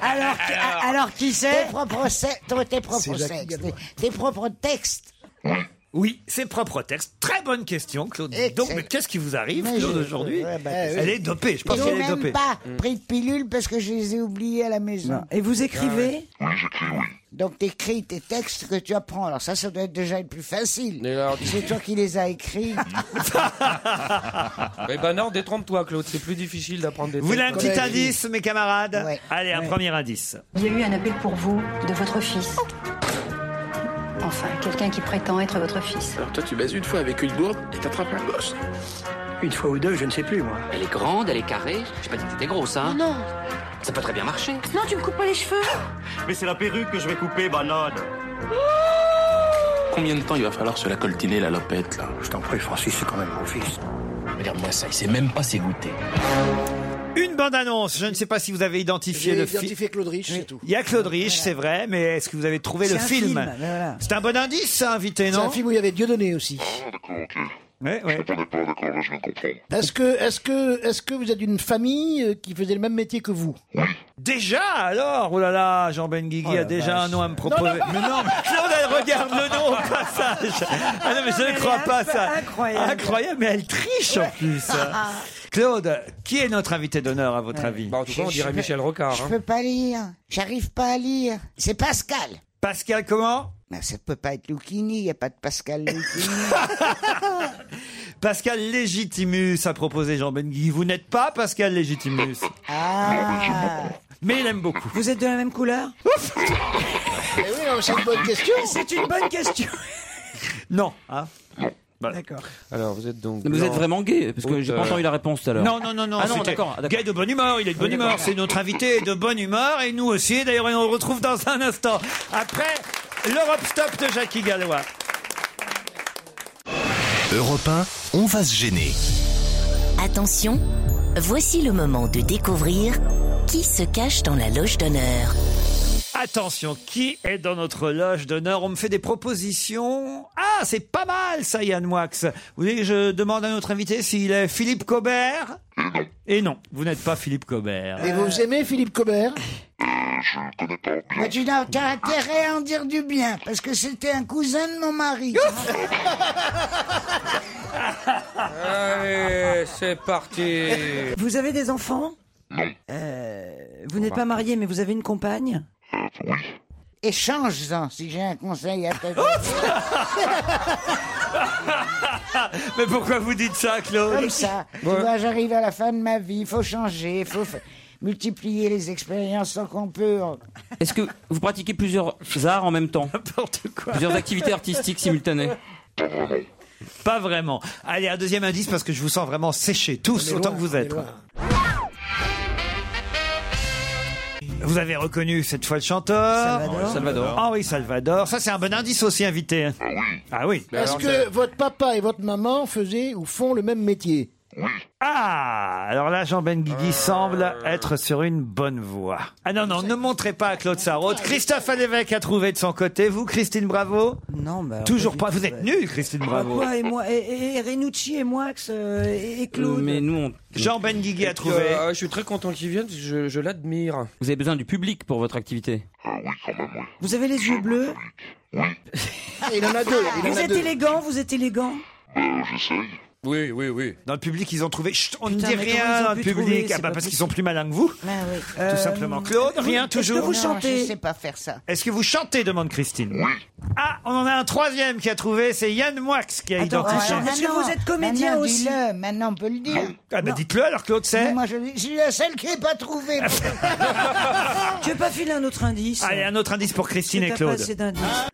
M: alors, qui- alors, qui c'est
E: Tes propres, se- ton- tes propres
P: C'est Jacques
E: sexes, tes, tes propres textes.
P: Oui, ses propres textes. Très bonne question, Claude. Dis Donc, mais qu'est-ce qui vous arrive,
E: Mais
P: Claude,
E: je-
P: aujourd'hui
E: ouais, bah,
P: Elle est dopée, je pense
E: Ils
P: qu'elle
E: n'ont
P: est
E: même
P: dopée.
E: pas
C: Mm.
R: Mmh.
E: pris de pilule parce que je les ai oubliés à la maison. Ah
M: Et vous écrivez
R: Ah
C: Hum.
E: Donc t'écris tes textes que tu apprends. Alors ça, ça doit être déjà le plus facile.
L: Et alors-
E: C'est toi qui les as
C: [laughs]
E: écrits.
C: Ah,
L: Eh ben non, détrompe-toi, Claude, c'est plus difficile d'apprendre des
C: Vous voulez un
L: trucs.
C: petit indice, mes camarades Allez, un
L: Ouais.
C: premier indice.
S: Il y a eu un appel pour vous de votre fils. Enfin, quelqu'un qui prétend être votre fils.
R: Alors toi, tu baises une fois avec une bourde et t'attrapes un gosse.
T: Une fois ou deux, je ne sais plus, moi.
R: Elle est grande, elle est carrée. J'ai pas dit que t'étais grosse, hein
S: non,
R: Ça peut très bien marcher.
S: non, tu me coupes pas les cheveux.
R: Mais c'est la perruque que je vais couper, banane. Combien de temps il va falloir se la coltiner, la lopette, là Je t'en prie, Francis, c'est quand même mon fils. Regarde-moi ça, il sait même pas s'égoutter.
C: Une bande-annonce, je ne sais pas si vous avez identifié
F: J'ai
C: le film.
F: identifié Claude Rich, c'est tout.
C: Il y a Claude Rich, c'est vrai, mais est-ce que vous avez trouvé
F: C'est
C: le
F: un
C: film,
F: film, mais voilà.
C: C'est un bon indice, ça, invité,
F: C'est
C: non
F: un film où il y avait Dieudonné aussi.
C: Ouais, ouais.
F: Est-ce que, est-ce que, est-ce que vous êtes d'une famille euh, qui faisait le même métier que vous
C: Déjà alors Oh là là, Jean Benguigui a déjà un nom à me proposer.
F: Non, non.
C: mais non, mais Claude, elle regarde le nom au passage. Ah non, mais je ne crois pas ça.
M: incroyable.
C: Incroyable, mais elle triche en plus.
F: Ah,
C: Claude, qui est notre invité d'honneur à votre avis
L: Bah, En tout cas, on dirait Michel Rocard.
E: Je
L: hein.
E: peux pas lire. J'arrive pas à lire. C'est Pascal.
C: Pascal comment
E: Mais ça peut pas être Lucchini. Il y a pas de Pascal Lucchini.
C: Pascal Légitimus a proposé Jean Benguigui. Vous n'êtes pas Pascal Légitimus.
M: [laughs] Ah.
C: Mais il aime beaucoup.
M: Vous êtes de la même couleur
F: Eh oui, non, mais c'est une bonne
C: [laughs]
F: question.
M: C'est une bonne question.
C: Non. hein.
M: D'accord.
L: Alors, vous êtes donc.
G: Mais vous
L: blanc,
G: êtes vraiment gay Parce que
L: haute,
G: j'ai pas
L: euh,
G: entendu la réponse tout à l'heure.
C: Non, non, non, non.
G: Ah non,
C: c'était
G: d'accord. d'accord.
C: Gay de bonne humeur, il est de
M: Ah,
C: bonne humeur. C'est notre invité de bonne humeur et nous aussi. D'ailleurs, on le retrouve dans un instant. Après l'Europe Stop de Jackie Gallois.
B: Europe 1, on va se gêner.
A: Attention, voici le moment de découvrir qui se cache dans la loge d'honneur.
C: Attention, qui est dans notre loge d'honneur On me fait des propositions. Ah, c'est pas mal ça, Yann Moix. Vous voulez que je demande à notre invité s'il est Philippe Cobert Et non, vous n'êtes pas Philippe Cobert.
F: [laughs] Et
E: Euh,
F: vous aimez Philippe Cobert
E: Mais Bah, tu n'as aucun intérêt à en dire du bien, parce que c'était un cousin de mon mari. Hein,
L: Allez, c'est parti.
M: Vous avez des enfants Euh, vous n'êtes pas marié, mais vous avez une compagne
F: Ah,
E: Échange-en, si j'ai un conseil à te donner.
C: [laughs] Mais pourquoi vous dites ça, Claude
E: Comme ça.
C: Ouais.
E: Tu vois, j'arrive à la fin de ma vie, il faut changer, il faut fa- multiplier les expériences tant qu'on peut.
G: Est-ce que vous pratiquez plusieurs arts en même temps
C: N'importe quoi.
G: Plusieurs activités artistiques simultanées
C: Pas vraiment. Allez, un deuxième indice parce que je vous sens vraiment séchés, tous, autant que vous êtes. Vous avez reconnu cette fois le chanteur
F: Salvador. Salvador.
C: Henri Salvador. Ça, c'est un bon indice aussi, invité. Ah oui. Ah oui.
F: Est-ce que votre papa et votre maman faisaient ou font le même métier
C: Ah Alors là, Jean Benguigui semble être sur une bonne voie. Ah non, non, ne montrez pas à Claude Sarraute. Christophe Alévêque a trouvé de son côté. Vous, Christine Bravo
M: Non, bah.
C: Toujours pas. Vous êtes nuls, Christine Bravo.
M: Quoi, et moi, et, et- et Renucci et moi, et, et Claude.
G: nous, on...
C: Jean Benguigui a
L: Et puis,
G: trouvé.
L: euh, je suis très content qu'il vienne, parce que je, je
C: Ah.
L: l'admire.
G: Vous avez besoin du public pour votre activité
M: Vous avez les yeux bleus
F: Euh.
M: [laughs]
F: Il en a deux. il en
M: Vous
F: a
M: êtes
F: deux.
C: [laughs]
M: élégant, vous êtes élégant.
C: Oui, oui, oui. Dans le public, ils ont trouvé. Chut, on ne
P: Putain,
C: dit
P: mais comment
C: rien
P: ils ont
C: dans le
P: pu
C: public.
P: trouver,
C: Ah
P: c'est
C: bah,
P: pas
C: parce qu'ils
P: possible.
C: sont plus malins que vous.
E: Ben Euh,
C: Tout
E: hum,
C: simplement. Claude, rien toujours.
E: Non, Je sais pas faire ça.
C: Est-ce que vous chantez demande Christine. Ah, on en a un troisième qui a trouvé, c'est Yann Moix qui a identifié.
E: maintenant, Dis-le, maintenant on peut le dire.
C: Ah bah dites-le alors Claude sait.
E: Moi je, je suis la seule qui n'ai pas
C: [laughs]
E: trouvé.
M: Tu veux pas filer un autre indice
C: Allez, un autre indice pour Christine
M: Parce
C: et
M: que t'as pas
C: Claude.
M: assez d'indices.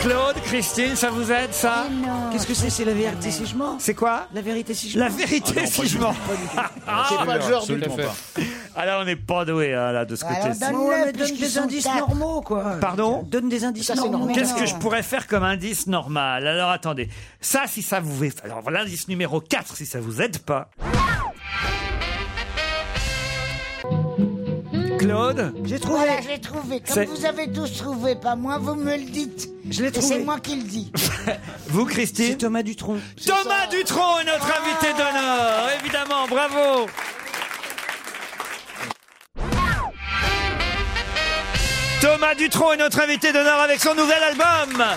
C: Claude, Christine, ça vous aide ça
M: Qu'est-ce que c'est C'est la vérité si je mens
C: C'est quoi
M: La vérité si je mens
C: La vérité,
M: Ah non, pas
C: si
M: du
C: je
M: tout,
C: mens.
M: pas du tout.
C: Ah,
M: C'est pas le genre du
C: absolument
M: tout.
C: pas. Alors on n'est pas doué hein, là de ce
M: Alors,
C: côté-ci.
M: donne-le, Ouais, mais donne puisqu'ils des sont indices quatre. normaux, quoi.
C: Pardon
M: Donne des indices normaux.
C: Qu'est-ce que je pourrais faire comme indice normal Alors attendez, ça si ça vous fait... Alors l'indice numéro 4 si ça vous aide pas. Claude
E: J'ai trouvé. Voilà, j'ai trouvé. Comme
C: C'est-
E: vous avez tous trouvé, pas moi, vous me le dites.
M: Je l'ai
E: Et
M: trouvé.
E: C'est moi qui le dis.
C: Vous Christine C'est
M: Thomas Dutronc.
C: Thomas Dutronc est notre invité d'honneur, évidemment, bravo Thomas Dutronc est notre invité d'honneur avec son nouvel album.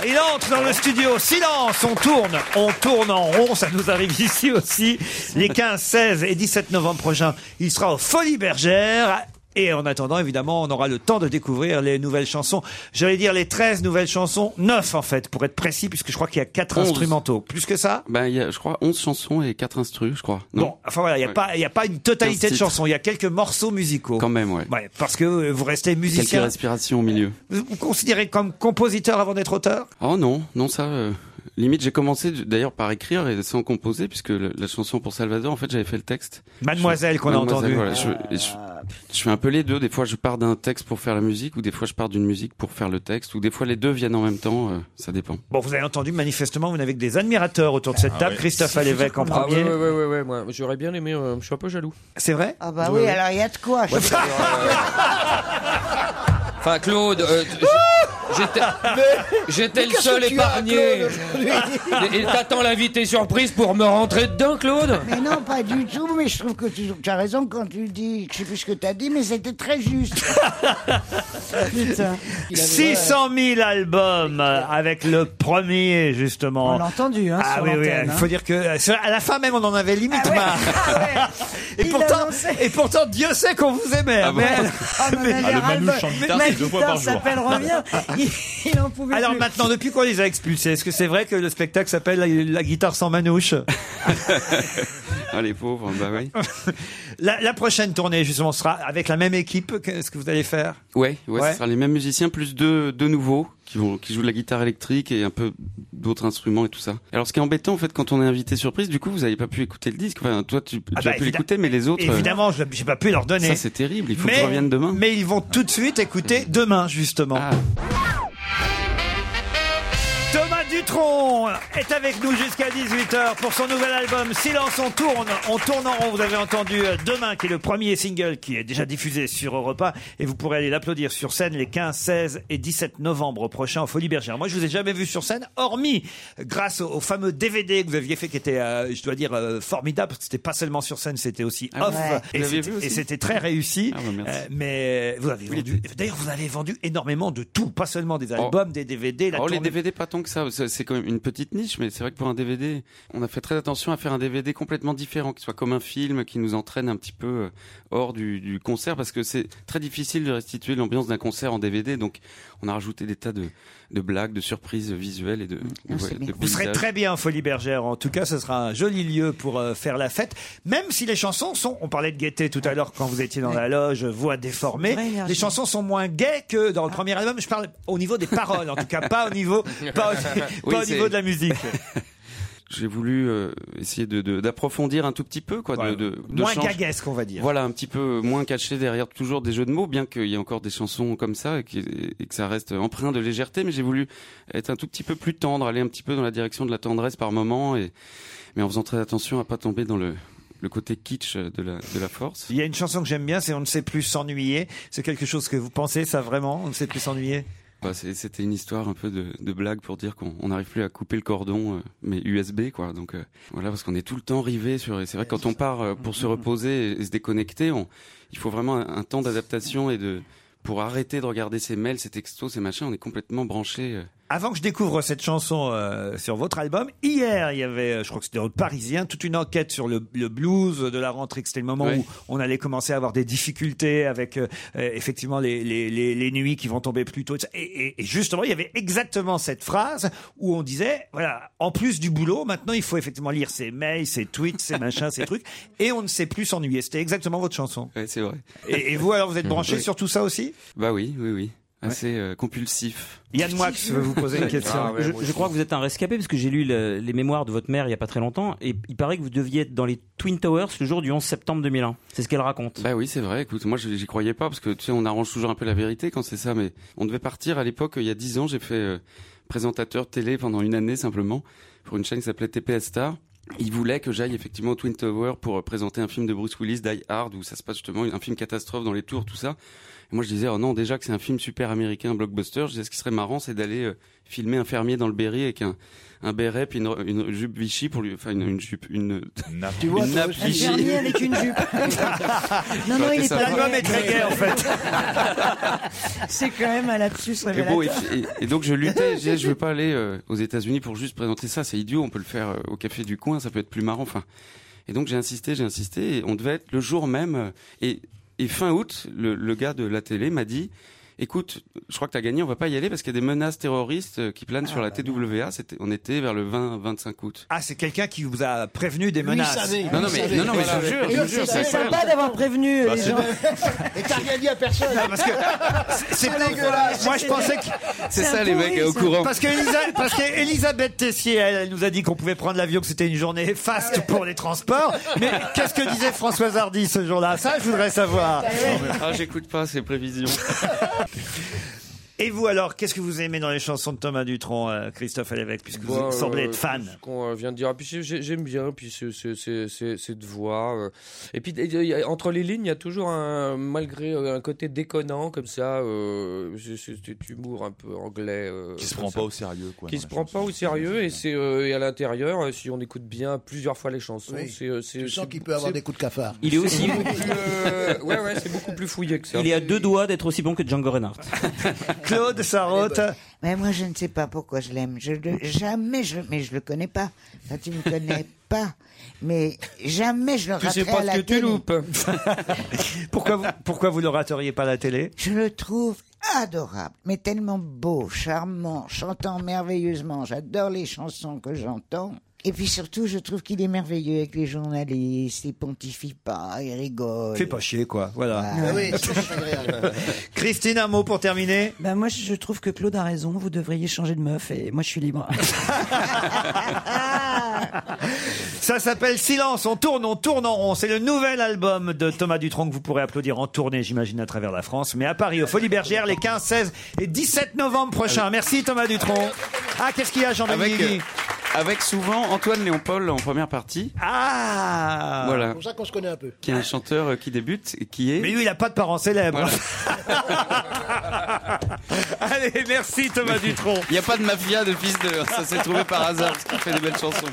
C: Il entre dans le studio. Silence, on tourne. On tourne en rond, ça nous arrive ici aussi. Les 15, 16 et 17 novembre prochains, il sera aux Folies Bergères. Et en attendant, évidemment, on aura le temps de découvrir les nouvelles chansons. J'allais dire les 13 nouvelles chansons, 9 en fait, pour être précis, puisque je crois qu'il y a 4
U: Onze.
C: instrumentaux. Plus que ça
U: Ben, il y a, je crois, 11 chansons et 4 instrus, je crois.
C: Bon, enfin voilà, il n'y a,
U: Ouais.
C: pas- il y a pas une totalité de
U: titres.
C: chansons, il y a quelques morceaux musicaux.
U: Quand même, ouais.
C: Ouais, parce que euh, vous restez
U: Quelques
C: musicien.
U: respirations au milieu.
C: Vous vous considérez comme compositeur avant d'être auteur
U: Oh non, non, ça. euh, limite, j'ai commencé d'ailleurs par écrire et sans composer, puisque le- la chanson pour Salvador, en fait, j'avais fait le texte.
C: Mademoiselle
U: Je-
C: qu'on a entendue.
U: voilà, je, et je- je fais un peu les deux. Des fois, je pars d'un texte pour faire la musique, ou des fois, je pars d'une musique pour faire le texte, ou des fois, les deux viennent en même temps. euh, ça
C: [laughs]
U: dépend.
C: Bon, vous avez entendu, manifestement, vous n'avez que des admirateurs autour de cette
U: Ah
C: table.
U: ouais.
C: Christophe Alévêque en
L: Ah,
C: premier.
L: ouais, ouais, ouais, ouais, ouais, moi, j'aurais bien aimé, euh, je suis un peu jaloux.
C: C'est vrai
E: Ah bah oui, alors il y a de quoi. je-
C: [laughs]
L: Enfin, Claude, euh, t- j'étais- j'étais le
E: qu'est-ce
L: seul
E: que tu as,
L: épargné.
E: Claude, aujourd'hui
L: Et et t'attends l'invité surprise pour me rentrer dedans, Claude
E: Mais non, pas du tout, mais je trouve que tu, tu as raison quand tu dis, je sais plus ce que tu as dit, mais c'était très
C: [laughs]
E: juste. Putain.
C: 600 000 albums euh, avec le premier, justement.
M: On l'a entendu, hein,
C: Ah
M: sur
C: oui, oui,
M: l'antenne,
C: il
M: hein. Ah
C: faut dire que euh, sur- à la fin même, on en avait limite marre. [laughs] et,
M: Il
C: pourtant,
M: annonçait.
C: et pourtant, Dieu sait qu'on vous aimait.
M: Ah bon
C: mais-
M: Ah, mais on
C: mais-
M: avait Ah, le ras-le-bol. Manu chante guitare, Ma c'est deux fois guitare par jour. s'appelle [laughs] Reviens.
C: Alors maintenant, depuis qu'on les a expulsés, est-ce que c'est vrai que le spectacle s'appelle la, la guitare
M: [laughs]
C: sans manouche
U: ah, les pauvres, bah oui.
C: la, la prochaine tournée, justement, sera avec la même équipe. Qu'est-ce que vous allez faire
U: Ouais, ouais,
C: Ouais.
U: ce sera les mêmes musiciens plus deux, deux nouveaux qui vont qui jouent de la guitare électrique et un peu d'autres instruments et tout ça. Alors ce qui est embêtant en fait quand on est invité surprise, du coup vous n'avez pas pu écouter le disque. Enfin toi tu, tu
C: bah,
U: as pu
C: évidem-
U: l'écouter mais les autres euh,
C: Évidemment, je j'ai pas pu leur donner.
U: Ça c'est terrible, il faut
C: mais,
U: que je revienne demain. Ah.
C: Mais ils vont tout de suite écouter demain, justement. Thomas Dutronc est avec nous jusqu'à 18h pour son nouvel album Silence on tourne. On tourne en rond, vous avez entendu euh, Demain, qui est le premier single qui est déjà diffusé sur Europa. Et vous pourrez aller l'applaudir sur scène les 15, 16 et 17 novembre prochains au Folie Bergère. Moi, je vous ai jamais vu sur scène, hormis euh, grâce au, au fameux DVD que vous aviez fait, qui était, euh, je dois dire, euh, formidable, parce que c'était pas seulement sur scène, c'était aussi
U: Ah
C: off.
U: ouais.
C: Et
U: Vous l'avez
C: c'était-
U: vu aussi Ah
C: Et c'était très réussi.
U: merci.
C: Euh, mais vous avez vendu, d'ailleurs, vous avez vendu énormément de tout, pas seulement des albums, des DVD, la
U: Oh, les
C: tournée-
U: DVD, pas tant que ça. C'est c'est quand même une petite niche, mais c'est vrai que pour un DVD, on a fait très attention à faire un DVD complètement différent, qui soit comme un film, qui nous entraîne un petit peu euh, hors du, du concert, parce que c'est très difficile de restituer l'ambiance d'un concert en DVD. Donc, on a rajouté des tas de, de blagues, de surprises visuelles et de. ouais, de
C: Vous serez
U: paysages.
C: très bien, Folie Bergère. En tout cas, ce sera un joli lieu pour euh, faire la fête. Même si les chansons sont, on parlait de gaieté tout à l'heure quand vous étiez dans la loge, voix déformée.
P: Vraie énergie.
C: Les chansons sont moins gaies que dans le premier album. Je parle au niveau des paroles, en tout cas, pas au niveau, pas au,
U: Oui,
C: pas au
U: c'est-
C: niveau de la musique.
U: J'ai voulu euh, essayer de- de- d'approfondir un tout petit peu, quoi. de, de, de
C: moins
U: changer-
C: gaguesque, on va dire.
U: Voilà, un petit peu moins caché derrière toujours des jeux de mots, bien qu'il y ait encore des chansons comme ça et, qui- et que ça reste empreint de légèreté, mais j'ai voulu être un tout petit peu plus tendre, aller un petit peu dans la direction de la tendresse par moment, et, mais en faisant très attention à pas tomber dans le, le côté kitsch de la, de la force.
C: Il y a une chanson que j'aime bien, c'est On ne sait plus s'ennuyer. C'est quelque chose que vous pensez, ça vraiment On ne sait plus s'ennuyer
U: Bah, c'est- C'était une histoire un peu de, de blague pour dire qu'on on n'arrive plus à couper le cordon, euh, mais USB quoi. Donc euh, voilà, parce qu'on est tout le temps rivé sur. et C'est vrai que quand on part euh,
C: Mm-hmm.
U: pour se reposer et, et se déconnecter, on, il faut vraiment un, un temps d'adaptation et de pour arrêter de regarder ses mails, ses textos, ses machins. On est complètement branché. euh,
C: Avant que je découvre cette chanson euh, sur votre album, hier, il y avait, euh, je crois que c'était dans le Parisien, toute une enquête sur le, le blues de la rentrée, que c'était le moment
U: Oui.
C: où on allait commencer à avoir des difficultés avec euh, euh, effectivement les, les, les, les nuits qui vont tomber plus tôt. Et, et- et justement, il y avait exactement cette phrase où on disait, voilà, en plus du boulot, maintenant il faut effectivement lire ses mails, ses tweets, ses machins, ses trucs, et on ne sait plus s'ennuyer. C'était exactement votre chanson.
U: Ouais, c'est vrai.
C: Et, et vous, alors, vous êtes branché
U: Oui.
C: sur tout ça aussi
U: Bah oui, oui, oui. Assez euh, compulsif. Ah,
C: Yann Moix veut vous poser
U: [laughs]
C: une question.
U: ouais,
G: je,
U: moi
G: je
U: aussi.
G: crois que vous êtes un rescapé parce que j'ai lu le- les mémoires de votre mère il n'y a pas très longtemps et il paraît que vous deviez être dans les Twin Towers le jour du 11 septembre 2001. C'est ce qu'elle raconte.
U: Bah oui, c'est vrai. Écoute, moi, je- j'y croyais pas parce que tu sais, on arrange toujours un peu la vérité quand c'est ça. Mais on devait partir à l'époque. Il y a dix ans, j'ai fait euh, présentateur télé pendant une année simplement pour une chaîne qui s'appelait TPS Star. Il voulait que j'aille effectivement au Twin Tower pour euh, présenter un film de Bruce Willis, Die Hard, où ça se passe justement un film catastrophe dans les tours, tout ça. Et moi, je disais, oh non, déjà que c'est un film super américain, blockbuster. Je disais, ce qui serait marrant, c'est d'aller euh, filmer un fermier dans le Berry avec un, un béret puis une, une jupe Vichy pour lui, enfin une, une jupe, une, nappe,
F: Tu vois,
U: une
F: toi
U: nappe
F: aussi.
U: Vichy.
F: Un fermier
M: avec une
C: [laughs]
M: jupe.
U: Non, non, il est pas
C: L'album est très gai,
U: [laughs]
C: en fait.
M: C'est quand même un lapsus
U: Et, bon, et,
M: révélateur.
U: et- et donc je luttais, je disais, je veux pas aller euh, aux États-Unis pour juste présenter ça, c'est idiot, on peut le faire euh, au café du coin, ça peut être plus marrant. Enfin, et donc j'ai insisté, j'ai insisté, et on devait être le jour même. euh, Et, et fin août, le, le gars de la télé m'a dit, écoute, je crois que t'as gagné, on va pas y aller parce qu'il y a des menaces terroristes euh, qui planent sur la TWA. C'était, on était vers le 20-25 août.
C: Ah, c'est quelqu'un qui vous a prévenu des
U: Lui
C: menaces.
U: savait, Non, lui non, mais- savait. non, non, mais je vous jure, je vous jure,
M: C'est sympa d'avoir prévenu euh,
C: Bah,
M: les
C: c'est
M: gens.
F: [laughs] Et t'as rien dit à personne.
C: parce que c'est
F: pas
C: dégueulasse. Moi, je pensais que
U: C'est ça, les mecs, au courant.
C: Parce que Elisa- parce qu'Elisabeth Tessier, elle, elle nous a dit qu'on pouvait prendre l'avion, que c'était une journée faste pour les transports. Mais qu'est-ce que disait Françoise Hardy ce jour-là Ça, je voudrais savoir.
U: Ah, j'écoute pas ces
L: [laughs]
U: prévisions.
C: Et vous alors, qu'est-ce que vous aimez dans les chansons de Thomas Dutronc, euh, Christophe Lévesque, puisque vous
L: Bah, euh,
C: semblez être
L: tout
C: fan
L: Ce qu'on euh, vient de dire. Ah, puis j'ai- j'ai- j'aime bien, puis c'est- c'est- c'est- c'est- cette voix. euh. Et puis il y a- entre les lignes, il y a toujours un, malgré euh, un côté déconnant comme ça, euh, c'est- c'est- cet humour un peu anglais. qui
H: se prend pas au sérieux, quoi,
L: Euh, Qui
H: dans
L: se
H: la
L: prend pas au sérieux et c'est euh, et à l'intérieur, euh, si on écoute bien plusieurs fois les chansons,
F: Oui.
L: c'est euh, c'est.
F: Tu sens
L: c'est-
F: qu'il peut avoir
L: c'est-
F: des coups de cafard.
G: Il est aussi-
L: c'est beaucoup plus, euh, ouais, ouais, c'est beaucoup plus fouillé que ça.
G: Il est à deux doigts d'être aussi bon que Django Reinhardt.
C: [laughs] Claude
L: Eh
C: Sarotte.
L: ben.
E: Mais moi, je ne sais pas pourquoi je l'aime. Je le- jamais, je, mais je le connais pas. Enfin, tu me
L: [laughs]
E: connais pas. Mais jamais je le
L: Tu sais
E: raterai
L: pas
E: à
L: ce
E: la
L: que tu
E: télé.
L: loupes.
C: [laughs] Pourquoi vous, pourquoi vous le rateriez pas à la télé
E: Je le trouve adorable, mais tellement beau, charmant, chantant merveilleusement. J'adore les chansons que j'entends. Et puis surtout, je trouve qu'il est merveilleux avec les journalistes. Il pontifie pas, il rigole.
C: Fais pas chier, quoi. Voilà.
E: Ah oui,
M: [laughs]
C: Christine, un mot pour terminer
M: Ben moi, je trouve que Claude a raison. Vous devriez changer de meuf et moi, je suis [laughs] libre.
C: [laughs] Ça s'appelle Silence, on tourne, on tourne en rond. C'est le nouvel album de Thomas Dutronc que vous pourrez applaudir en tournée, j'imagine, à travers la France. Mais à Paris, au Folies Bergères, les 15, 16 et 17 novembre prochains. Merci Thomas Dutronc. Ah, qu'est-ce qu'il y a, Jean-Marie
U: Avec, euh,
C: Guigui
U: avec souvent Antoine Léon-Paul en première partie.
C: Ah
U: Voilà.
F: C'est pour ça qu'on se connaît un peu.
U: Qui est un chanteur euh, qui débute et qui est.
C: Mais lui, il n'a pas de parents célèbres. [laughs] [laughs] Allez, merci Thomas Dutronc.
U: Il n'y a pas de mafia de fils de. Ça s'est trouvé par hasard, ce qui fait des belles chansons.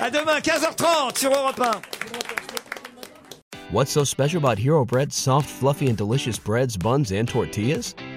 C: À demain, 15h30 sur Europe 1.
O: What's so special about Hero Bread's soft, fluffy, and delicious breads, buns, and tortillas?